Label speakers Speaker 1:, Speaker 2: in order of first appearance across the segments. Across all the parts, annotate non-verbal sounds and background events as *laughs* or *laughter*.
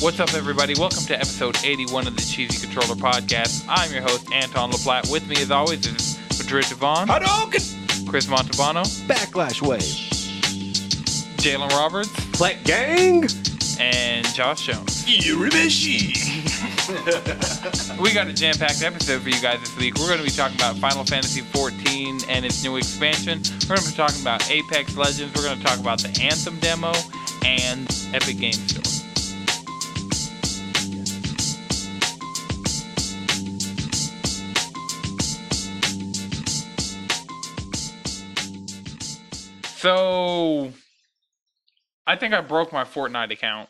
Speaker 1: What's up, everybody? Welcome to episode 81 of the Cheesy Controller Podcast. I'm your host, Anton LaPlatte. With me, as always, is Madrid Devon,
Speaker 2: Hadouken!
Speaker 1: Chris Montalbano,
Speaker 2: Backlash wave.
Speaker 1: Jalen Roberts,
Speaker 2: Black gang.
Speaker 1: and Josh Jones.
Speaker 2: Irimeshi.
Speaker 1: We got a jam-packed episode for you guys this week. We're going to be talking about Final Fantasy 14 and its new expansion. We're going to be talking about Apex Legends. We're going to talk about the Anthem demo and Epic Games Store. So, I think I broke my Fortnite account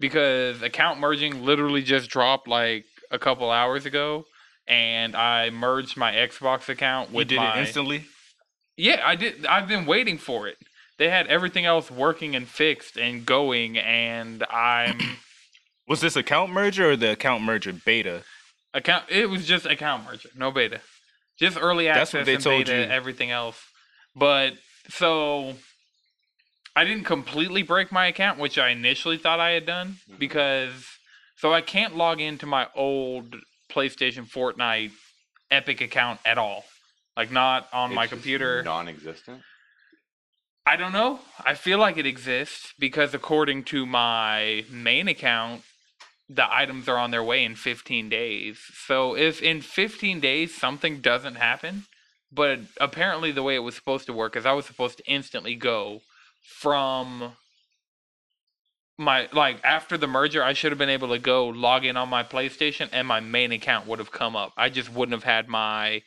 Speaker 1: because account merging literally just dropped like a couple hours ago, and I merged my Xbox account
Speaker 3: We
Speaker 1: with
Speaker 3: did
Speaker 1: my
Speaker 3: it instantly.
Speaker 1: yeah, I did. I've been waiting for it. They had everything else working and fixed and going, and I'm
Speaker 3: Was this account merger or the account merger beta?
Speaker 1: account. It was just account merger, no beta, just early access
Speaker 3: That's what they
Speaker 1: and
Speaker 3: told
Speaker 1: beta,
Speaker 3: you.
Speaker 1: everything else. But so I didn't completely break my account, which I initially thought I had done
Speaker 3: Mm-hmm.
Speaker 1: because so I can't log into my old PlayStation Fortnite Epic account at all, like not on my
Speaker 4: It's just
Speaker 1: computer.
Speaker 4: Non-existent.
Speaker 1: I don't know. I feel like it exists because according to my main account, the items are on their way in 15 days. So if in 15 days something doesn't happen, but apparently the way it was supposed to work is I was supposed to instantly go from my like after the merger I should have been able to go log in on my PlayStation and my main account would have come up. I just wouldn't have had my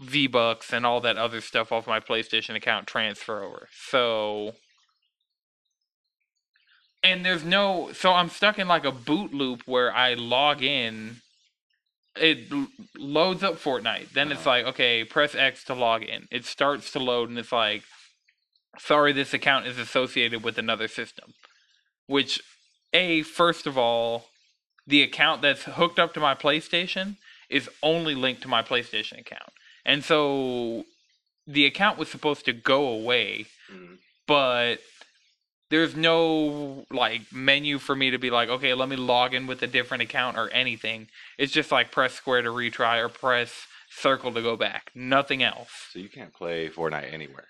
Speaker 1: V Bucks and all that other stuff off my PlayStation account transfer over. So, and there's no, so I'm stuck in like a boot loop where I log in, it l- loads up Fortnite. Then it's
Speaker 4: Uh-huh.
Speaker 1: like, okay, press X to log in. It starts to load and it's like, sorry, this account is associated with another system. Which, A, first of all, the account that's hooked up to my PlayStation is only linked to my PlayStation account. And so the account was supposed to go away,
Speaker 4: Mm.
Speaker 1: but there's no like menu for me to be like, okay, let me log in with a different account or anything. It's just like press square to retry or press circle to go back. Nothing else.
Speaker 4: So you can't play Fortnite anywhere.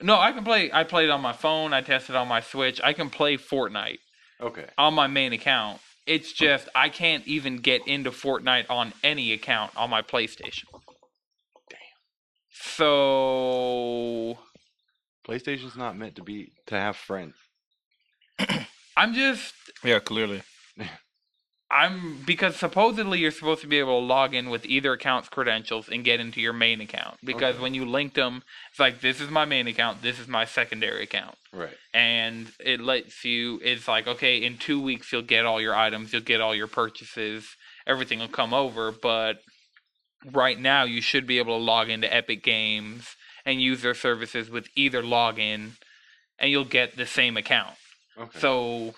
Speaker 1: No, I can play I played on my phone, I tested on my Switch. I can play Fortnite.
Speaker 4: Okay.
Speaker 1: on my main account. It's just I can't even get into Fortnite on any account on my PlayStation.
Speaker 4: Damn.
Speaker 1: So
Speaker 4: PlayStation's not meant to be to have friends.
Speaker 1: I'm just
Speaker 3: Yeah, clearly.
Speaker 1: I'm because supposedly you're supposed to be able to log in with either account's credentials and get into your main account because
Speaker 4: Okay.
Speaker 1: when you link them, it's like this is my main account, this is my secondary account.
Speaker 4: Right.
Speaker 1: and it lets you it's like okay in two weeks you'll get all your items you'll get all your purchases everything will come over but right now you should be able to log into epic games and use their services with either login and you'll get the same account
Speaker 4: Okay.
Speaker 1: so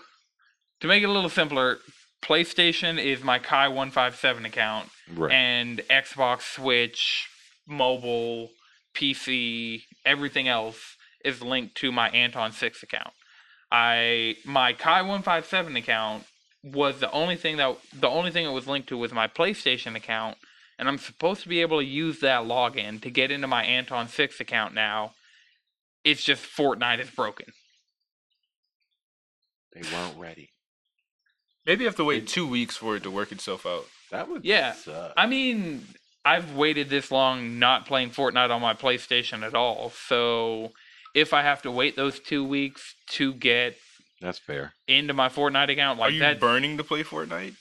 Speaker 1: to make it a little simpler playstation is my kai 157 account
Speaker 4: right.
Speaker 1: and Xbox, Switch, mobile, PC, everything else is linked to my Anton Six account. I my Kai One Five Seven account was the only thing that the only thing it was linked to was my PlayStation account, and I'm supposed to be able to use that login to get into my Anton Six account now. It's just Fortnite is broken.
Speaker 4: they weren't ready.
Speaker 3: Maybe you have to wait two weeks for it to work itself out.
Speaker 4: That would
Speaker 1: Yeah,
Speaker 4: suck.
Speaker 1: I mean, I've waited this long not playing Fortnite on my PlayStation at all. So if I have to wait those two weeks to get
Speaker 4: That's fair.
Speaker 1: into my Fortnite account
Speaker 3: Are
Speaker 1: like
Speaker 3: you
Speaker 1: that,
Speaker 3: burning to play Fortnite?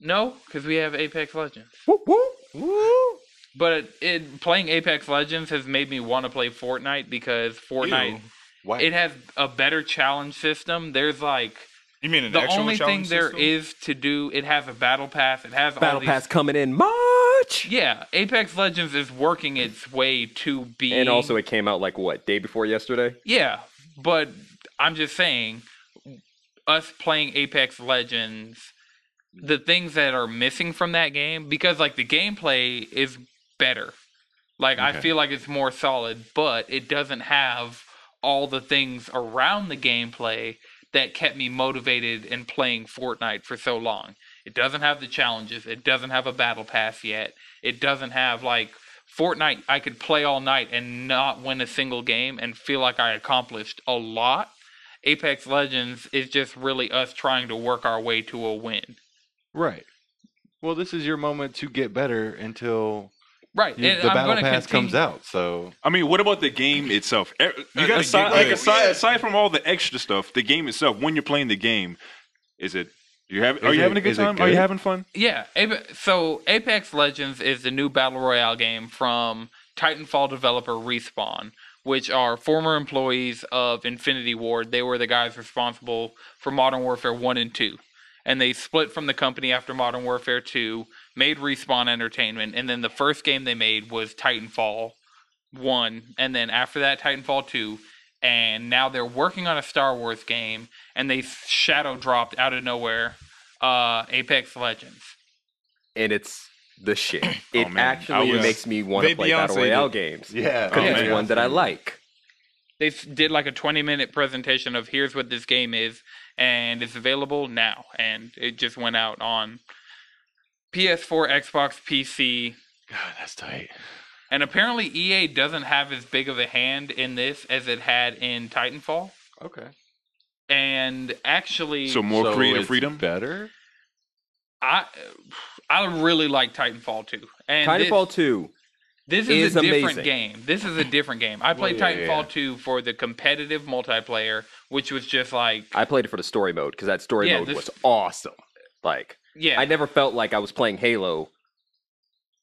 Speaker 1: no, because we have Apex Legends.
Speaker 2: Woo woo woo.
Speaker 1: But it, playing Apex Legends has made me want to play Fortnite because Fortnite
Speaker 3: Ew.
Speaker 4: Why?
Speaker 1: it has a better challenge system. There's like
Speaker 3: You mean an
Speaker 1: the
Speaker 3: actual
Speaker 1: only thing
Speaker 3: challenge
Speaker 1: there is
Speaker 3: system?
Speaker 1: to do. It has a battle pass. It has all
Speaker 2: Battle
Speaker 1: these-
Speaker 2: pass coming in March.
Speaker 1: Yeah, Apex Legends is working its way to be
Speaker 5: And also, it came out like what day before yesterday?
Speaker 1: Yeah, but I'm just saying, us playing Apex Legends, the things that are missing from that game, because like the gameplay is better. Like I
Speaker 4: Okay.
Speaker 1: feel like it's more solid, but it doesn't have all the things around the gameplay that kept me motivated and playing Fortnite for so long. It doesn't have the challenges. It doesn't have a battle pass yet. It doesn't have like Fortnite. I could play all night and not win a single game and feel like I accomplished a lot. Apex Legends is just really us trying to work our way to a win.
Speaker 4: Right. Well, this is your moment to get better until
Speaker 1: Right.
Speaker 4: you,
Speaker 1: and
Speaker 4: the
Speaker 1: I'm
Speaker 4: battle
Speaker 1: gonna
Speaker 4: pass comes
Speaker 1: continue-
Speaker 4: out. So
Speaker 6: I mean, what about the game itself? E-
Speaker 3: gotta get
Speaker 6: aside, like
Speaker 3: good.
Speaker 6: aside, aside from all the extra stuff, the game itself. When you're playing the game, is it? You have? Are
Speaker 4: Is
Speaker 6: you
Speaker 4: it-
Speaker 6: having a good
Speaker 4: is it
Speaker 6: time? Are you
Speaker 4: good?
Speaker 6: having fun?
Speaker 1: Yeah. Ape- so Apex Legends is the new battle royale game from Titanfall developer Respawn, which are former employees of Infinity Ward. They were the guys responsible for Modern Warfare 1 and 2. And they split from the company after Modern Warfare 2, made Respawn Entertainment, and then the first game they made was Titanfall 1, and then after that, Titanfall 2. And now they're working on a Star Wars game, and they shadow dropped out of nowhere uh, Apex Legends.
Speaker 5: and it's the shit. It
Speaker 6: man. I
Speaker 5: actually
Speaker 6: was-
Speaker 5: makes me want
Speaker 3: They
Speaker 5: to play battle
Speaker 3: Beyonce'd
Speaker 5: royale
Speaker 3: it.
Speaker 5: games because
Speaker 4: yeah,
Speaker 6: Oh,
Speaker 5: it's
Speaker 6: man.
Speaker 5: one that I like.
Speaker 1: they s- did like a 20 minute presentation of here's what this game is and it's available now and it just went out on ps4 xbox pc
Speaker 4: God, that's tight.
Speaker 1: and apparently ea doesn't have as big of a hand in this as it had in titanfall
Speaker 4: Okay.
Speaker 1: and actually
Speaker 6: So more
Speaker 4: So
Speaker 6: creative
Speaker 4: it's
Speaker 6: freedom.
Speaker 4: Better.
Speaker 1: i i really like titanfall 2 and thi-
Speaker 5: Titanfall 2.
Speaker 1: This is,
Speaker 5: is
Speaker 1: a different
Speaker 5: amazing.
Speaker 1: game. This is a different game. I played
Speaker 4: yeah,
Speaker 1: Titanfall
Speaker 4: yeah.
Speaker 1: 2 for the competitive multiplayer, which was just like
Speaker 5: I played it for the story mode because that story
Speaker 1: Yeah,
Speaker 5: mode
Speaker 1: this-
Speaker 5: was awesome. Like
Speaker 1: yeah.
Speaker 5: I never felt like I was playing Halo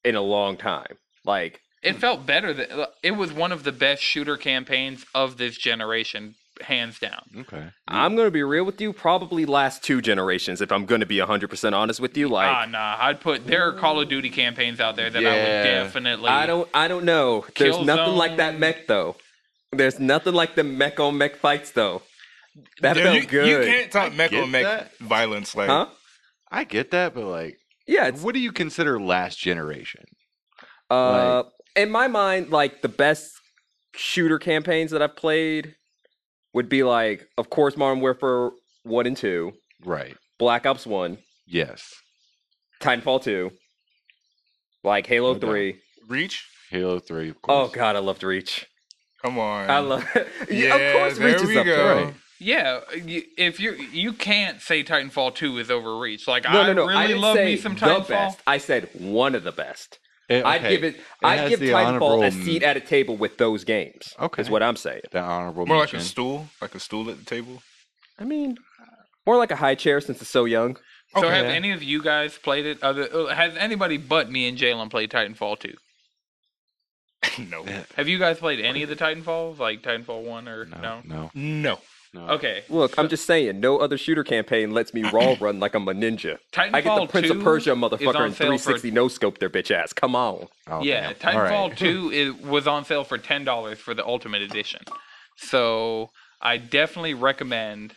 Speaker 5: in a long time. Like
Speaker 1: it felt better than it was one of the best shooter campaigns of this generation hands down
Speaker 4: Okay.
Speaker 5: I'm gonna be real with you, probably last two generations if I'm gonna be 100% honest with you. Like
Speaker 1: ah nah i'd put there are call of duty campaigns out there that i
Speaker 4: Yeah.
Speaker 1: would definitely
Speaker 5: I don't I don't know. There's nothing like that
Speaker 1: Killzone.
Speaker 5: mech though. There's nothing like the mech on mech fights though. That
Speaker 3: Dude,
Speaker 5: felt
Speaker 3: you,
Speaker 5: good.
Speaker 3: You can't top mech
Speaker 4: get
Speaker 3: on mech
Speaker 4: that.
Speaker 3: violence. Like,
Speaker 5: huh?
Speaker 4: I get that, but like,
Speaker 5: Yeah, it's
Speaker 4: what do you consider last generation?
Speaker 5: Uh, in my mind, like the best shooter campaigns that I've played would be like, of course, Modern Warfare One and Two,
Speaker 4: Right.
Speaker 5: Black Ops One,
Speaker 4: Yes.
Speaker 5: Titanfall Two, like Halo
Speaker 4: No doubt.
Speaker 5: Three.
Speaker 3: Reach?
Speaker 4: Halo Three. Of
Speaker 5: Oh
Speaker 4: course.
Speaker 5: God, I loved Reach.
Speaker 3: Come on.
Speaker 5: I love. *laughs*
Speaker 3: Yeah,
Speaker 5: yeah, of course,
Speaker 3: there
Speaker 5: Reach is
Speaker 3: we
Speaker 5: up
Speaker 3: go.
Speaker 5: there.
Speaker 4: Right.
Speaker 1: yeah you, if you you can't say titanfall 2 is overreached like
Speaker 5: No,
Speaker 1: i
Speaker 5: no, no.
Speaker 1: really
Speaker 5: I didn't
Speaker 1: love
Speaker 5: say
Speaker 1: me some
Speaker 5: the
Speaker 1: titanfall
Speaker 5: best. I said one of the best.
Speaker 4: Eh,
Speaker 5: I'd
Speaker 4: okay.
Speaker 5: give it. I'd
Speaker 4: has
Speaker 5: give
Speaker 4: the
Speaker 5: Titanfall a
Speaker 4: honorable
Speaker 5: seat at a table with those games.
Speaker 4: Okay.
Speaker 5: is what I'm saying.
Speaker 4: the honorable
Speaker 3: More like
Speaker 4: mention.
Speaker 3: a stool, like a stool at the table. *laughs*
Speaker 5: I mean, more like a high chair since it's so young.
Speaker 1: so
Speaker 3: Okay.
Speaker 1: have any of you guys played it other uh, has anybody but me and jalen played titanfall 2
Speaker 3: no.
Speaker 1: have you guys played any of the titanfalls like titanfall 1 or no,
Speaker 4: no, no,
Speaker 3: No.
Speaker 4: no.
Speaker 1: okay
Speaker 5: Look, I'm just saying, no other shooter campaign lets me
Speaker 1: *coughs*
Speaker 5: raw run like I'm a ninja.
Speaker 1: titanfall
Speaker 5: I get the Prince
Speaker 1: 2
Speaker 5: of Persia
Speaker 1: is
Speaker 5: motherfucker
Speaker 1: on
Speaker 5: and
Speaker 1: sale for
Speaker 5: 360 no scope their bitch ass. Come on.
Speaker 4: Oh,
Speaker 1: yeah,
Speaker 4: damn.
Speaker 1: Titanfall
Speaker 4: All right. *laughs*
Speaker 1: 2 is, was on sale for $10 for the Ultimate Edition. So I definitely recommend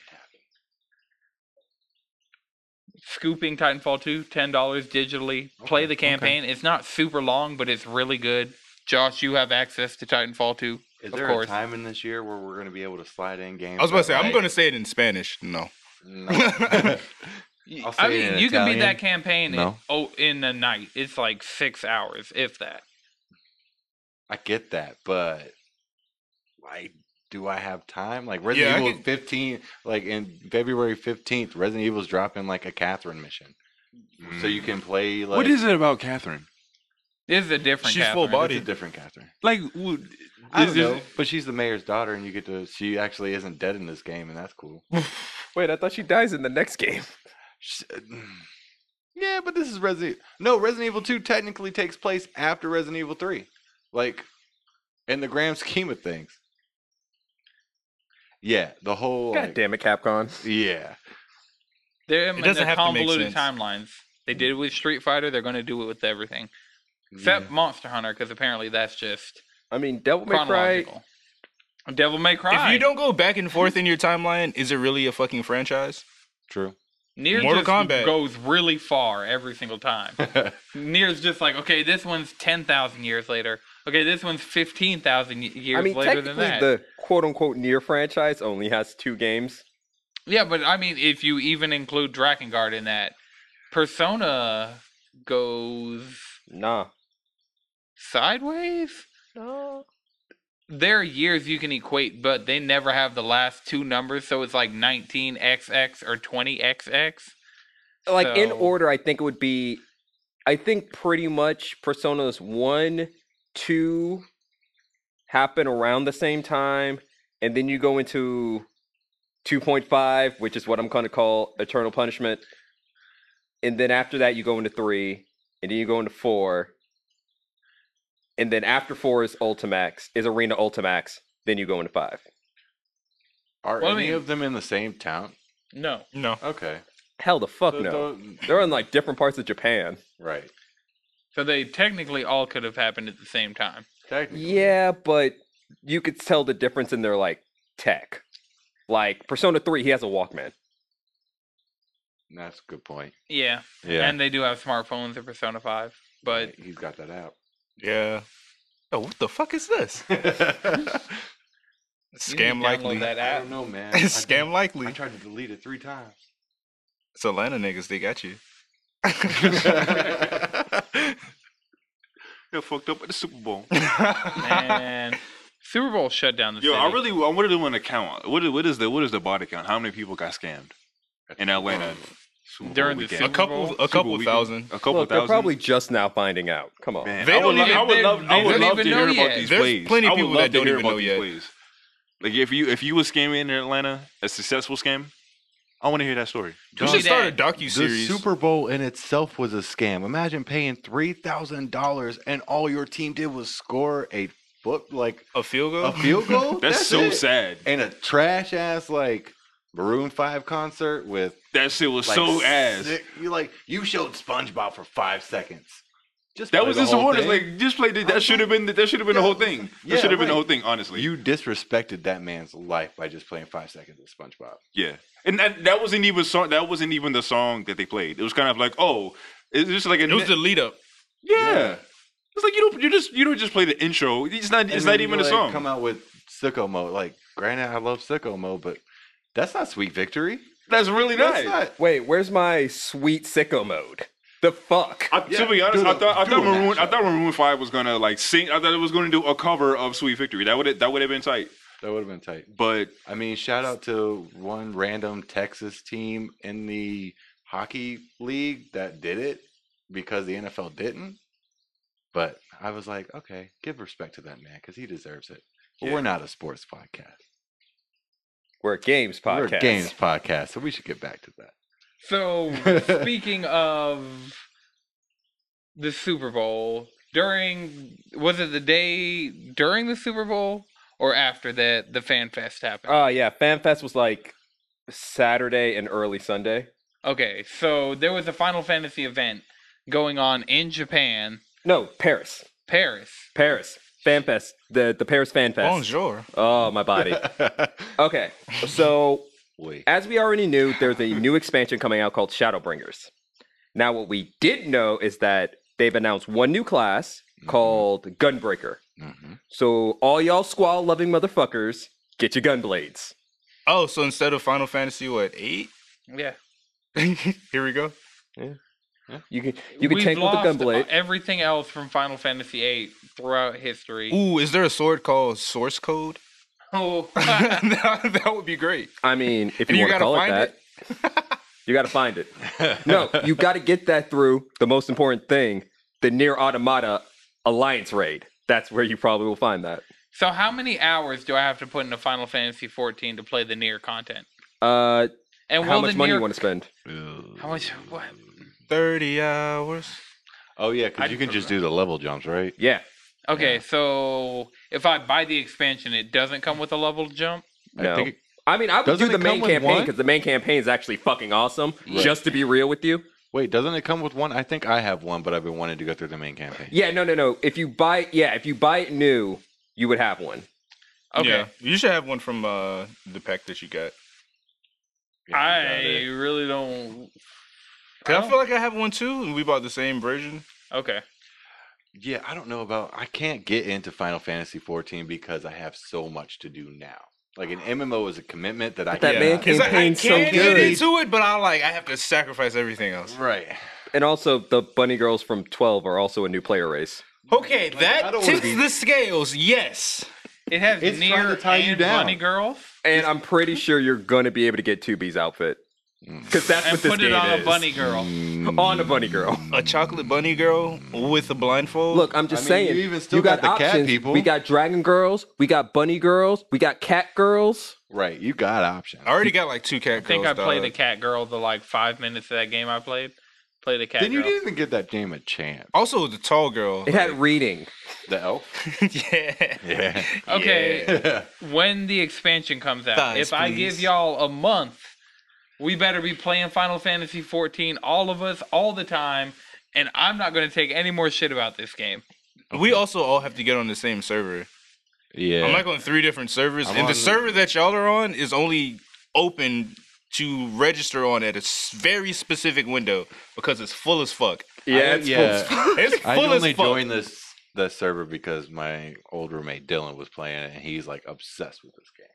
Speaker 1: scooping Titanfall 2, $10 digitally. Play the campaign. It's not super long, but it's really good. Josh, you have access to Titanfall 2.
Speaker 4: Is
Speaker 1: of
Speaker 4: there
Speaker 1: course.
Speaker 4: a time in this year where we're going to be able to slide in games?
Speaker 3: I was about to say,
Speaker 4: *laughs*
Speaker 3: I'm going to say it in Spanish. No.
Speaker 4: to. I'll say
Speaker 1: I
Speaker 4: it
Speaker 1: mean,
Speaker 4: in
Speaker 1: you can beat that
Speaker 4: Italian.
Speaker 1: campaign in,
Speaker 4: No.
Speaker 1: oh, in a night. It's like six hours, if that.
Speaker 4: I get that, but like, do I have time? Like
Speaker 3: Yeah, I
Speaker 4: Resident Evil
Speaker 3: can-
Speaker 4: 15, like in February 15th, Resident Evil's dropping like a Catherine mission, so you can play like
Speaker 6: what is it about Catherine?
Speaker 1: This is a different
Speaker 3: She's full
Speaker 1: Catherine.
Speaker 4: It's
Speaker 3: body.
Speaker 4: a different Catherine.
Speaker 6: Like, w-
Speaker 4: I
Speaker 6: is
Speaker 4: don't
Speaker 6: this-
Speaker 4: know, but she's the mayor's daughter, and you get to. She actually isn't dead in this game, and that's cool.
Speaker 5: Wait, I thought she dies in the next game.
Speaker 4: Sh- uh, *sighs* Yeah, but this is Resident. No, Resident Evil Two technically takes place after Resident Evil Three, like in the grand *laughs* scheme of things. Yeah, the whole.
Speaker 5: God
Speaker 4: like-
Speaker 5: damn it, Capcom.
Speaker 4: Yeah,
Speaker 1: They're, I mean,
Speaker 3: doesn't
Speaker 1: they're
Speaker 3: have to make
Speaker 1: convoluted
Speaker 3: sense.
Speaker 1: timelines. They did it with Street Fighter. They're going to do it with everything,
Speaker 4: Mm,
Speaker 1: except Monster Hunter, because apparently that's just
Speaker 5: I mean, Devil May Cry.
Speaker 1: chronological. Devil May Cry.
Speaker 3: If you don't go back and forth in your timeline, is it really a fucking franchise?
Speaker 4: true.
Speaker 1: Nier
Speaker 3: Mortal
Speaker 1: just
Speaker 3: Kombat.
Speaker 1: goes really far every single
Speaker 5: *laughs*
Speaker 1: time. Nier's just like, okay, this one's ten thousand years later. Okay, this one's fifteen thousand years
Speaker 5: I mean,
Speaker 1: later than
Speaker 5: technically,
Speaker 1: that.
Speaker 5: the quote unquote near franchise only has two games.
Speaker 1: Yeah, but I mean, if you even include Drakengard in that, Persona goes
Speaker 5: Nah.
Speaker 1: sideways. No. There are years you can equate, but they never have the last two numbers, so it's like 19XX or 20XX.
Speaker 5: Like in
Speaker 1: So-
Speaker 5: order, I think it would be I think pretty much personas one, two happen around the same time, and then you go into two point five, which is what I'm gonna call eternal punishment. And then after that you go into three, and then you go into four. And then after four is Ultimax, is Arena Ultimax, then you go into five.
Speaker 4: Are
Speaker 1: Well, I
Speaker 4: any
Speaker 1: mean-
Speaker 4: of them in the same town?
Speaker 1: No.
Speaker 3: No.
Speaker 4: Okay.
Speaker 5: Hell the fuck
Speaker 4: So
Speaker 5: no.
Speaker 4: don't-
Speaker 5: They're in like different parts of Japan.
Speaker 4: Right.
Speaker 1: So they technically all could have happened at the same time.
Speaker 4: Technically.
Speaker 5: Yeah, but you could tell the difference in their like tech. Like Persona 3, he has a Walkman.
Speaker 4: That's a good point.
Speaker 1: Yeah.
Speaker 6: Yeah.
Speaker 1: And they do have smartphones in Persona 5, but
Speaker 4: Right, he's got that app.
Speaker 3: Yeah. Oh, what the fuck is this?
Speaker 1: you need to
Speaker 3: Scam
Speaker 1: download
Speaker 3: likely.
Speaker 1: that
Speaker 4: I
Speaker 1: app.
Speaker 4: don't know, man. I
Speaker 3: *laughs* Scam
Speaker 4: tried- I
Speaker 3: likely.
Speaker 4: tried to delete it three times. *laughs*
Speaker 3: It's Atlanta niggas. They got you.
Speaker 6: They fucked up at the Super Bowl. *laughs*
Speaker 1: Man. Super Bowl shut down the
Speaker 6: Yo,
Speaker 1: city.
Speaker 6: I really I wanted to do an account. What is, what is the what is the body count? How many people got scammed in Atlanta Super Bowl
Speaker 1: During the
Speaker 6: weekend?
Speaker 1: Super
Speaker 3: a couple,
Speaker 1: Bowl?
Speaker 3: a
Speaker 6: Super
Speaker 3: couple
Speaker 6: weekend?
Speaker 3: thousand.
Speaker 6: A couple
Speaker 5: Look, they're
Speaker 6: thousand.
Speaker 5: probably just now finding out. Come on.
Speaker 6: Man,
Speaker 3: They
Speaker 6: I
Speaker 3: don't
Speaker 6: would, love,
Speaker 1: even-
Speaker 6: I would
Speaker 1: they-
Speaker 6: love, I
Speaker 1: they
Speaker 6: would
Speaker 1: don't
Speaker 6: love to
Speaker 1: even
Speaker 6: hear
Speaker 1: know
Speaker 6: about
Speaker 1: yet.
Speaker 6: these
Speaker 3: There's
Speaker 6: plays.
Speaker 3: plenty of
Speaker 6: I would
Speaker 3: people
Speaker 6: love
Speaker 3: that
Speaker 6: to
Speaker 3: don't
Speaker 6: hear
Speaker 3: even
Speaker 6: about
Speaker 3: know
Speaker 6: these
Speaker 3: yet.
Speaker 6: plays. Like if you if you were scamming in Atlanta, a successful scam, I want to hear that story.
Speaker 3: We
Speaker 1: Do
Speaker 3: should start a
Speaker 1: that.
Speaker 3: docu
Speaker 4: The
Speaker 3: series.
Speaker 4: Super Bowl in itself was a scam. Imagine paying three thousand dollars and all your team did was score a foot like
Speaker 3: a field goal.
Speaker 4: a field goal.
Speaker 6: *laughs* That's, so
Speaker 4: it.
Speaker 6: sad.
Speaker 4: And a trash ass like Maroon Five concert with
Speaker 6: That shit was
Speaker 4: like,
Speaker 6: so ass.
Speaker 4: sick- You like you showed SpongeBob for five seconds. Just
Speaker 6: That
Speaker 4: play
Speaker 6: was
Speaker 4: the
Speaker 6: his
Speaker 4: whole
Speaker 6: orders.
Speaker 4: thing.
Speaker 6: Like just play that. That should have been. the- That should have been the whole thing.
Speaker 4: Yeah,
Speaker 6: That should have been the
Speaker 4: right.
Speaker 6: whole thing. Honestly,
Speaker 4: you disrespected that man's life by just playing five seconds of SpongeBob.
Speaker 6: Yeah, and that, that wasn't even song. That wasn't even the song that they played. It was kind of like, oh, it's just like a
Speaker 3: It was
Speaker 6: ne-
Speaker 3: the lead up.
Speaker 6: yeah.
Speaker 4: Yeah.
Speaker 6: It's like you don't you just you don't just play the intro. It's not it's
Speaker 4: And
Speaker 6: not
Speaker 4: then
Speaker 6: even
Speaker 4: you,
Speaker 6: a
Speaker 4: like,
Speaker 6: song.
Speaker 4: Come out with sicko mode. Like, granted, I love sicko mode, but that's not sweet victory.
Speaker 6: That's really not.
Speaker 4: That's not.
Speaker 5: Wait, where's my sweet sicko mode? The fuck?
Speaker 6: I,
Speaker 4: Yeah,
Speaker 6: to be honest,
Speaker 4: do
Speaker 6: I
Speaker 4: the-
Speaker 6: thought I
Speaker 4: do
Speaker 6: thought
Speaker 4: the
Speaker 6: Maroon I
Speaker 4: mashup.
Speaker 6: thought Maroon Five was gonna like sing. I thought it was gonna do a cover of Sweet Victory. That would that would have been tight.
Speaker 4: That would have been tight.
Speaker 6: But
Speaker 4: I mean, shout out to one random Texas team in the hockey league that did it because the NFL didn't. But I was like, okay, give respect to that man because he deserves it. But
Speaker 6: Yeah.
Speaker 4: we're not a sports podcast.
Speaker 5: We're a games podcast.
Speaker 4: We're a games podcast, so we should get back to that.
Speaker 1: So, speaking of the Super Bowl, during was it the day during the Super Bowl or after that the fan fest happened?
Speaker 5: Oh yeah, FanFest was like Saturday and early Sunday.
Speaker 1: Okay, so there was a Final Fantasy event going on in Japan,
Speaker 5: No, Paris.
Speaker 1: Paris.
Speaker 5: Paris. FanFest. The the Paris FanFest.
Speaker 3: Bonjour.
Speaker 5: Oh
Speaker 4: *laughs*
Speaker 5: my body. okay. So
Speaker 4: Wait.
Speaker 5: As we already knew, there's a new expansion coming out called Shadowbringers. Now, what we didn't know is that they've announced one new class
Speaker 4: Mhm.
Speaker 5: called Gunbreaker.
Speaker 4: Mhm.
Speaker 5: So, all y'all squall loving motherfuckers, get your gunblades.
Speaker 3: Oh, so instead of Final Fantasy, what eight? *laughs*
Speaker 1: Yeah,
Speaker 3: Here we go.
Speaker 5: You can you can
Speaker 1: We've
Speaker 5: tank with the
Speaker 1: lost, uh,
Speaker 5: gunblade.
Speaker 1: Everything else from Final Fantasy VIII throughout history.
Speaker 3: Ooh, is there a sword called Source Code?
Speaker 1: Oh,
Speaker 3: *laughs* that, that would be great.
Speaker 5: I mean, if
Speaker 3: And
Speaker 5: you,
Speaker 3: you
Speaker 5: want to
Speaker 3: gotta
Speaker 5: call it
Speaker 3: find
Speaker 5: that, *laughs* you got to find it. No, you got to get that through the most important thing: the near automata alliance raid. That's where you probably will find that.
Speaker 1: *laughs* so how many hours do I have to put into Final Fantasy 14 to play the near content?
Speaker 5: Uh,
Speaker 1: And
Speaker 5: how
Speaker 1: will
Speaker 5: much
Speaker 1: the
Speaker 5: money
Speaker 1: near
Speaker 5: you want to spend?
Speaker 1: How much? What?
Speaker 3: Thirty hours.
Speaker 4: Oh yeah,
Speaker 1: I
Speaker 4: because you can
Speaker 1: prefer
Speaker 4: just
Speaker 1: that.
Speaker 4: do the level jumps, right?
Speaker 5: Yeah,
Speaker 1: Okay, so if I buy the expansion, it doesn't come with a level jump.
Speaker 5: no.
Speaker 4: I think it-
Speaker 5: I mean, I would
Speaker 4: Doesn't
Speaker 5: do
Speaker 4: it
Speaker 5: the
Speaker 4: come
Speaker 5: main
Speaker 4: with
Speaker 5: campaign
Speaker 4: one?
Speaker 5: because the main campaign is actually fucking awesome.
Speaker 4: Right.
Speaker 5: Just to be real with you,
Speaker 4: wait, doesn't it come with one? I think I have one, but I've been wanting to go through the main campaign.
Speaker 5: yeah, no, no, no. If you buy, yeah, if you buy it new, you would have one.
Speaker 1: Okay,
Speaker 3: Yeah, you should have one from uh, the pack that you got.
Speaker 4: Yeah, you got
Speaker 1: I
Speaker 4: it.
Speaker 1: really don't.
Speaker 3: Cause I
Speaker 1: Oh.
Speaker 3: feel like I have one too, and we bought the same version.
Speaker 1: Okay,
Speaker 4: Yeah, I don't know about. I can't get into Final Fantasy 14 because I have so much to do now. Like an MMO is a commitment that I
Speaker 5: that
Speaker 4: cannot-
Speaker 5: man
Speaker 3: It's like, I
Speaker 5: Campaign's so
Speaker 3: can get
Speaker 5: good.
Speaker 3: into it, but I like I have to sacrifice everything else.
Speaker 4: Right.
Speaker 5: And also, the bunny girls from 12 are also a new player race.
Speaker 3: Okay,
Speaker 4: I
Speaker 3: that
Speaker 4: don't wanna
Speaker 3: tips
Speaker 4: be-
Speaker 3: the scales. Yes.
Speaker 1: It has
Speaker 4: It's trying
Speaker 1: near
Speaker 4: to tie you
Speaker 1: and
Speaker 4: down.
Speaker 1: Bunny Girl,
Speaker 5: And I'm pretty sure you're going to be able to get 2B's outfit. Because that's
Speaker 1: and
Speaker 5: what this
Speaker 1: put
Speaker 5: game
Speaker 1: it on
Speaker 5: is.
Speaker 1: a Bunny Girl.
Speaker 4: Mm,
Speaker 5: On a bunny girl.
Speaker 3: A chocolate bunny girl with a blindfold.
Speaker 5: *laughs* Look, I'm just
Speaker 4: I mean,
Speaker 5: saying.
Speaker 4: you even still got the cat
Speaker 5: options.
Speaker 4: people.
Speaker 5: We got dragon girls. We got bunny girls. We got cat girls.
Speaker 4: Right. You got options.
Speaker 3: I already got like two cat
Speaker 1: I think I
Speaker 3: girls,
Speaker 1: played
Speaker 3: dog.
Speaker 1: a cat girl the like five minutes of that game I played. Played a cat
Speaker 4: Then you
Speaker 1: girl.
Speaker 4: didn't even get that game a chance.
Speaker 3: Also, the tall girl.
Speaker 5: It had reading.
Speaker 4: The elf. *laughs*
Speaker 3: *laughs* yeah.
Speaker 4: Yeah.
Speaker 1: Okay.
Speaker 4: yeah.
Speaker 1: When the expansion comes out,
Speaker 3: Thighs,
Speaker 1: if I give
Speaker 3: please.
Speaker 1: y'all a month, we better be playing Final Fantasy 14, all of us, all the time, and I'm not going to take any more shit about this game.
Speaker 3: We also all have to get on the same server. I'm like on three different servers,
Speaker 4: I'm
Speaker 3: and
Speaker 4: on
Speaker 3: the
Speaker 4: the-
Speaker 3: server that y'all are on is only open to register on at a s- very specific window because it's full as fuck.
Speaker 4: Yeah, yeah.
Speaker 3: It's
Speaker 4: I
Speaker 3: *laughs* full
Speaker 4: only
Speaker 3: as fuck.
Speaker 4: joined this the server because my old roommate Dylan was playing it, and he's like obsessed with this game.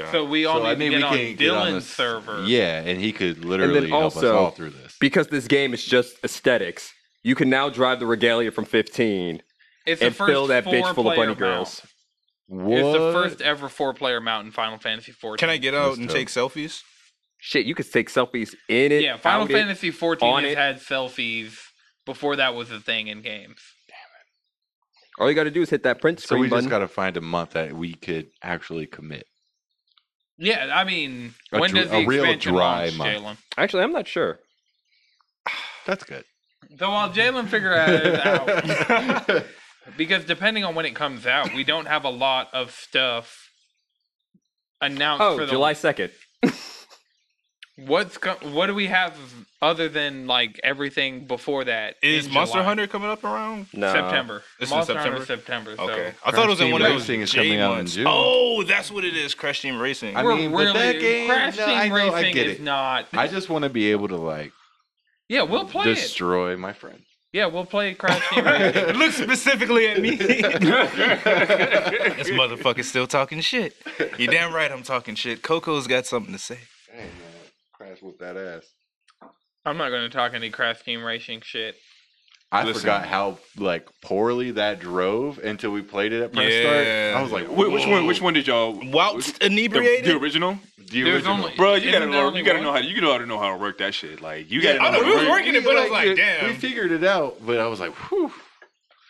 Speaker 3: Yeah.
Speaker 1: So we all
Speaker 4: So,
Speaker 1: need
Speaker 4: I mean,
Speaker 1: to
Speaker 4: we
Speaker 1: get on
Speaker 4: can
Speaker 1: Dylan's
Speaker 4: get on this-
Speaker 1: server.
Speaker 4: Yeah, and he could literally
Speaker 5: also-
Speaker 4: help us all through this.
Speaker 5: Because this game is just aesthetics. You can now drive the regalia from 15
Speaker 1: It's the
Speaker 5: and
Speaker 1: first
Speaker 5: fill that bitch full of
Speaker 1: four-player
Speaker 5: bunny
Speaker 1: mount.
Speaker 5: girls.
Speaker 4: What?
Speaker 1: It's the first ever four-player mount in Final Fantasy 14.
Speaker 3: Can I get out
Speaker 4: That's
Speaker 3: and
Speaker 4: dope.
Speaker 3: take selfies?
Speaker 5: Shit, you could take selfies in it.
Speaker 1: Yeah, Final
Speaker 5: out it.
Speaker 1: Fantasy 14
Speaker 5: on
Speaker 1: has
Speaker 5: it.
Speaker 1: had selfies before that was a thing in games.
Speaker 5: All you got to do is hit that print
Speaker 4: So
Speaker 5: screen
Speaker 4: we
Speaker 5: button.
Speaker 4: just got to find a month that we could actually commit.
Speaker 1: Yeah, I mean,
Speaker 4: A
Speaker 1: when
Speaker 4: dr-
Speaker 1: does the
Speaker 4: a real
Speaker 1: expansion
Speaker 4: dry
Speaker 1: launch, Jalen?
Speaker 4: month.
Speaker 5: Actually, I'm not sure.
Speaker 4: That's *laughs* good.
Speaker 1: So while Jalen figure out,
Speaker 4: *laughs*
Speaker 1: because depending on when it comes out, we don't have a lot of stuff announced for
Speaker 5: Oh,
Speaker 1: the
Speaker 5: July 2nd.
Speaker 1: What's co- what do we have other than like everything before that?
Speaker 3: Is
Speaker 1: in
Speaker 3: Monster
Speaker 1: July?
Speaker 3: Hunter coming up around?
Speaker 5: No.
Speaker 1: September?
Speaker 3: It's in
Speaker 1: Monster Hunter uh, September. So
Speaker 3: Okay. I thought it was in
Speaker 4: Crash
Speaker 3: one of
Speaker 4: Team
Speaker 3: those
Speaker 4: Racing is
Speaker 3: J
Speaker 4: coming out in
Speaker 3: months.
Speaker 4: June.
Speaker 3: Oh, that's what it is. Crash Team Racing.
Speaker 4: I
Speaker 1: we're
Speaker 4: mean,
Speaker 1: really
Speaker 4: but that game,
Speaker 1: Crash
Speaker 4: no,
Speaker 1: Team
Speaker 4: I know,
Speaker 1: Racing
Speaker 4: I get
Speaker 1: is
Speaker 4: it.
Speaker 1: not.
Speaker 4: I just want to be able to like
Speaker 1: Yeah, we'll play it.
Speaker 4: destroy my *laughs* friend.
Speaker 1: Yeah, we'll play Crash *laughs* Team Racing.
Speaker 3: Look specifically at *laughs* me. this motherfucker's still talking shit. You damn right I'm talking shit. Coco's got something to say.
Speaker 4: Dang, man. Crash with that ass.
Speaker 1: I'm not going to talk any Crash Team Racing shit.
Speaker 4: I
Speaker 6: Listen.
Speaker 4: forgot how like poorly that drove until we played it at press start.
Speaker 3: Yeah.
Speaker 4: I was like,
Speaker 6: Wh- which one? Which
Speaker 4: "Whoa."
Speaker 6: one did y'all?
Speaker 3: Whilst
Speaker 6: the,
Speaker 3: inebriated?
Speaker 6: the original,
Speaker 4: The
Speaker 1: There's
Speaker 4: original.
Speaker 1: only-
Speaker 6: bro. You
Speaker 1: Isn't
Speaker 6: gotta
Speaker 1: there
Speaker 6: know.
Speaker 1: only
Speaker 6: You gotta
Speaker 1: one?
Speaker 6: know how. You gotta know how to work that shit. Like you
Speaker 4: Yeah,
Speaker 6: gotta
Speaker 3: I know,
Speaker 6: know. how
Speaker 3: we
Speaker 6: to
Speaker 3: was
Speaker 6: work.
Speaker 3: working it, but I was like,
Speaker 4: We
Speaker 3: damn.
Speaker 4: figured it out, but I was like, whew.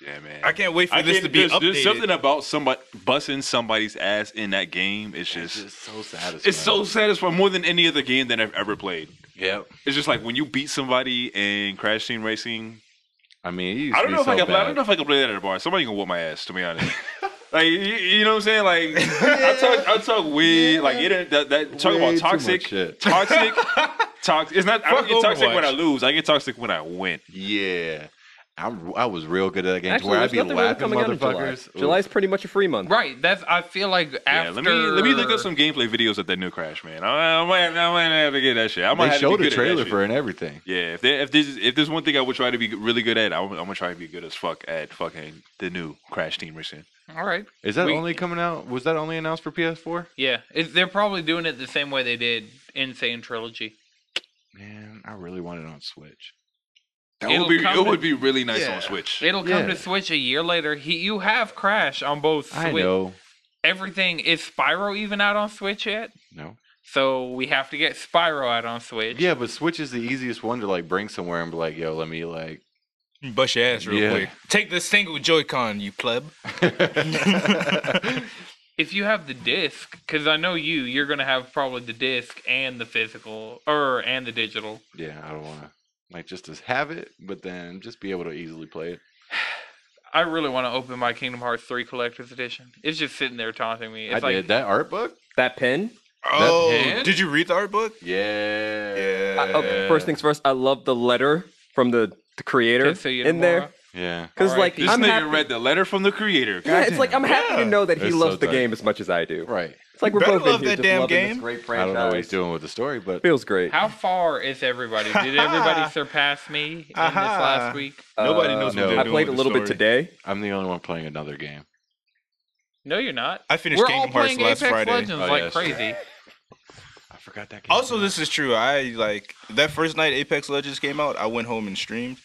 Speaker 6: Yeah, man.
Speaker 3: I can't wait for
Speaker 6: I
Speaker 3: this
Speaker 6: can't-
Speaker 3: to be
Speaker 6: there's,
Speaker 3: updated.
Speaker 6: there's something about somebody busting somebody's ass in that game. It's
Speaker 4: It's
Speaker 6: just,
Speaker 4: just so satisfying.
Speaker 6: it's so satisfying more than any other game that I've ever played.
Speaker 4: Yep.
Speaker 6: It's just like when you beat somebody in Crash Team Racing.
Speaker 4: I mean, it used
Speaker 6: I
Speaker 4: to
Speaker 6: don't
Speaker 4: be
Speaker 6: know if
Speaker 4: so
Speaker 6: I can. Play, I don't
Speaker 4: bad.
Speaker 6: know if I can play that at a bar. Somebody can whoop my ass. To be honest,
Speaker 4: *laughs*
Speaker 6: like you, you know what I'm saying. Like I talk, I talk weird. Like it. ain't- That, that talk
Speaker 4: Way too
Speaker 6: about
Speaker 4: much
Speaker 6: toxic,
Speaker 4: shit. *laughs*
Speaker 6: toxic, toxic. It's not. I don't
Speaker 3: Fuck
Speaker 6: get toxic when I
Speaker 3: Overwatch.
Speaker 6: lose. I get toxic when I win.
Speaker 4: Yeah. I'm, I was real good at that game to
Speaker 5: Actually,
Speaker 4: where I'd
Speaker 5: there's
Speaker 4: be
Speaker 5: nothing really
Speaker 4: laughing
Speaker 5: coming out in
Speaker 4: motherfuckers.
Speaker 5: July. July's pretty much a free month.
Speaker 1: Right. That's. I feel like
Speaker 6: Yeah,
Speaker 1: after.
Speaker 6: let me let me look up some gameplay videos of that new Crash, man. I, I, might, I might have to get that shit. I might
Speaker 4: They
Speaker 6: have to be
Speaker 4: showed
Speaker 6: good
Speaker 4: a
Speaker 6: at that
Speaker 4: trailer
Speaker 6: shit.
Speaker 4: for it and everything.
Speaker 6: Yeah, if there, if this is- if there's one thing I would try to be really good at, I'm, I'm gonna try to be good as fuck at fucking the new Crash Team Racing.
Speaker 1: All right.
Speaker 4: Is that
Speaker 1: We-
Speaker 4: only coming out? Was that only announced for PS4?
Speaker 1: Yeah, it, they're probably doing it the same way they did Insane Trilogy.
Speaker 4: Man, I really want it on Switch.
Speaker 6: That
Speaker 1: It'll
Speaker 6: would be
Speaker 1: come
Speaker 6: it
Speaker 1: to-
Speaker 6: would be really nice
Speaker 4: Yeah.
Speaker 6: on Switch.
Speaker 1: It'll come to
Speaker 4: Yeah.
Speaker 1: Switch a year later. He, you have Crash on both Switch.
Speaker 4: I know.
Speaker 1: Everything is Spyro even out on Switch yet?
Speaker 4: No.
Speaker 1: So we have to get Spyro out on Switch.
Speaker 4: Yeah, but Switch is the easiest one to like bring somewhere and be like, yo, let me *laughs* like.
Speaker 3: Bust your ass real
Speaker 4: Yeah.
Speaker 3: quick. Take the single Joy-Con, you pleb.
Speaker 1: If you have the disc, because I know you, you're gonna have probably the disc and the physical, or and the digital.
Speaker 4: yeah, I don't want to. Like, just to have it, but then just be able to easily play it.
Speaker 1: I really want to open my Kingdom Hearts 3 Collector's Edition. It's just sitting there taunting me. It's
Speaker 4: I
Speaker 1: like
Speaker 4: did. That art book?
Speaker 5: That pen.
Speaker 3: Oh,
Speaker 4: hand?
Speaker 3: did you read the art book?
Speaker 4: Yeah.
Speaker 5: I- okay, Oh, first things first. I love the letter from the, the creator
Speaker 1: Tetsuya
Speaker 5: in there
Speaker 1: Nomura.
Speaker 4: Yeah.
Speaker 5: because
Speaker 1: Alright,
Speaker 5: like
Speaker 6: This
Speaker 5: I'm
Speaker 6: nigga
Speaker 5: happy.
Speaker 6: read the letter from the creator.
Speaker 5: yeah, *laughs* it's like I'm happy to
Speaker 3: Yeah.
Speaker 5: know that he
Speaker 4: It's so
Speaker 5: loves the
Speaker 4: tight.
Speaker 5: game as much as I do.
Speaker 4: Right.
Speaker 5: It's like we're
Speaker 3: Better
Speaker 5: both in
Speaker 3: love
Speaker 5: here
Speaker 3: that
Speaker 5: just
Speaker 3: damn
Speaker 5: loving this
Speaker 3: game.
Speaker 5: great
Speaker 4: I don't know what he's
Speaker 5: franchise.
Speaker 4: doing with the story, but
Speaker 5: Feels great.
Speaker 1: How far is everybody? Did everybody surpass me in this
Speaker 3: Aha.
Speaker 1: last week?
Speaker 5: Uh,
Speaker 3: Nobody knows
Speaker 4: no.
Speaker 3: what they're
Speaker 5: I
Speaker 3: doing
Speaker 5: played a
Speaker 3: with the
Speaker 5: little bit
Speaker 3: story.
Speaker 5: today.
Speaker 4: I'm the only one playing another game.
Speaker 1: No, you're not.
Speaker 3: I finished
Speaker 1: We're all
Speaker 3: Kingdom Hearts
Speaker 1: playing
Speaker 3: last
Speaker 1: Apex
Speaker 3: Friday.
Speaker 1: Legends
Speaker 6: Oh,
Speaker 1: like
Speaker 6: yes.
Speaker 1: crazy.
Speaker 4: I forgot that. Game
Speaker 3: Also, this is true. I like that first night Apex Legends came out. I went home and streamed.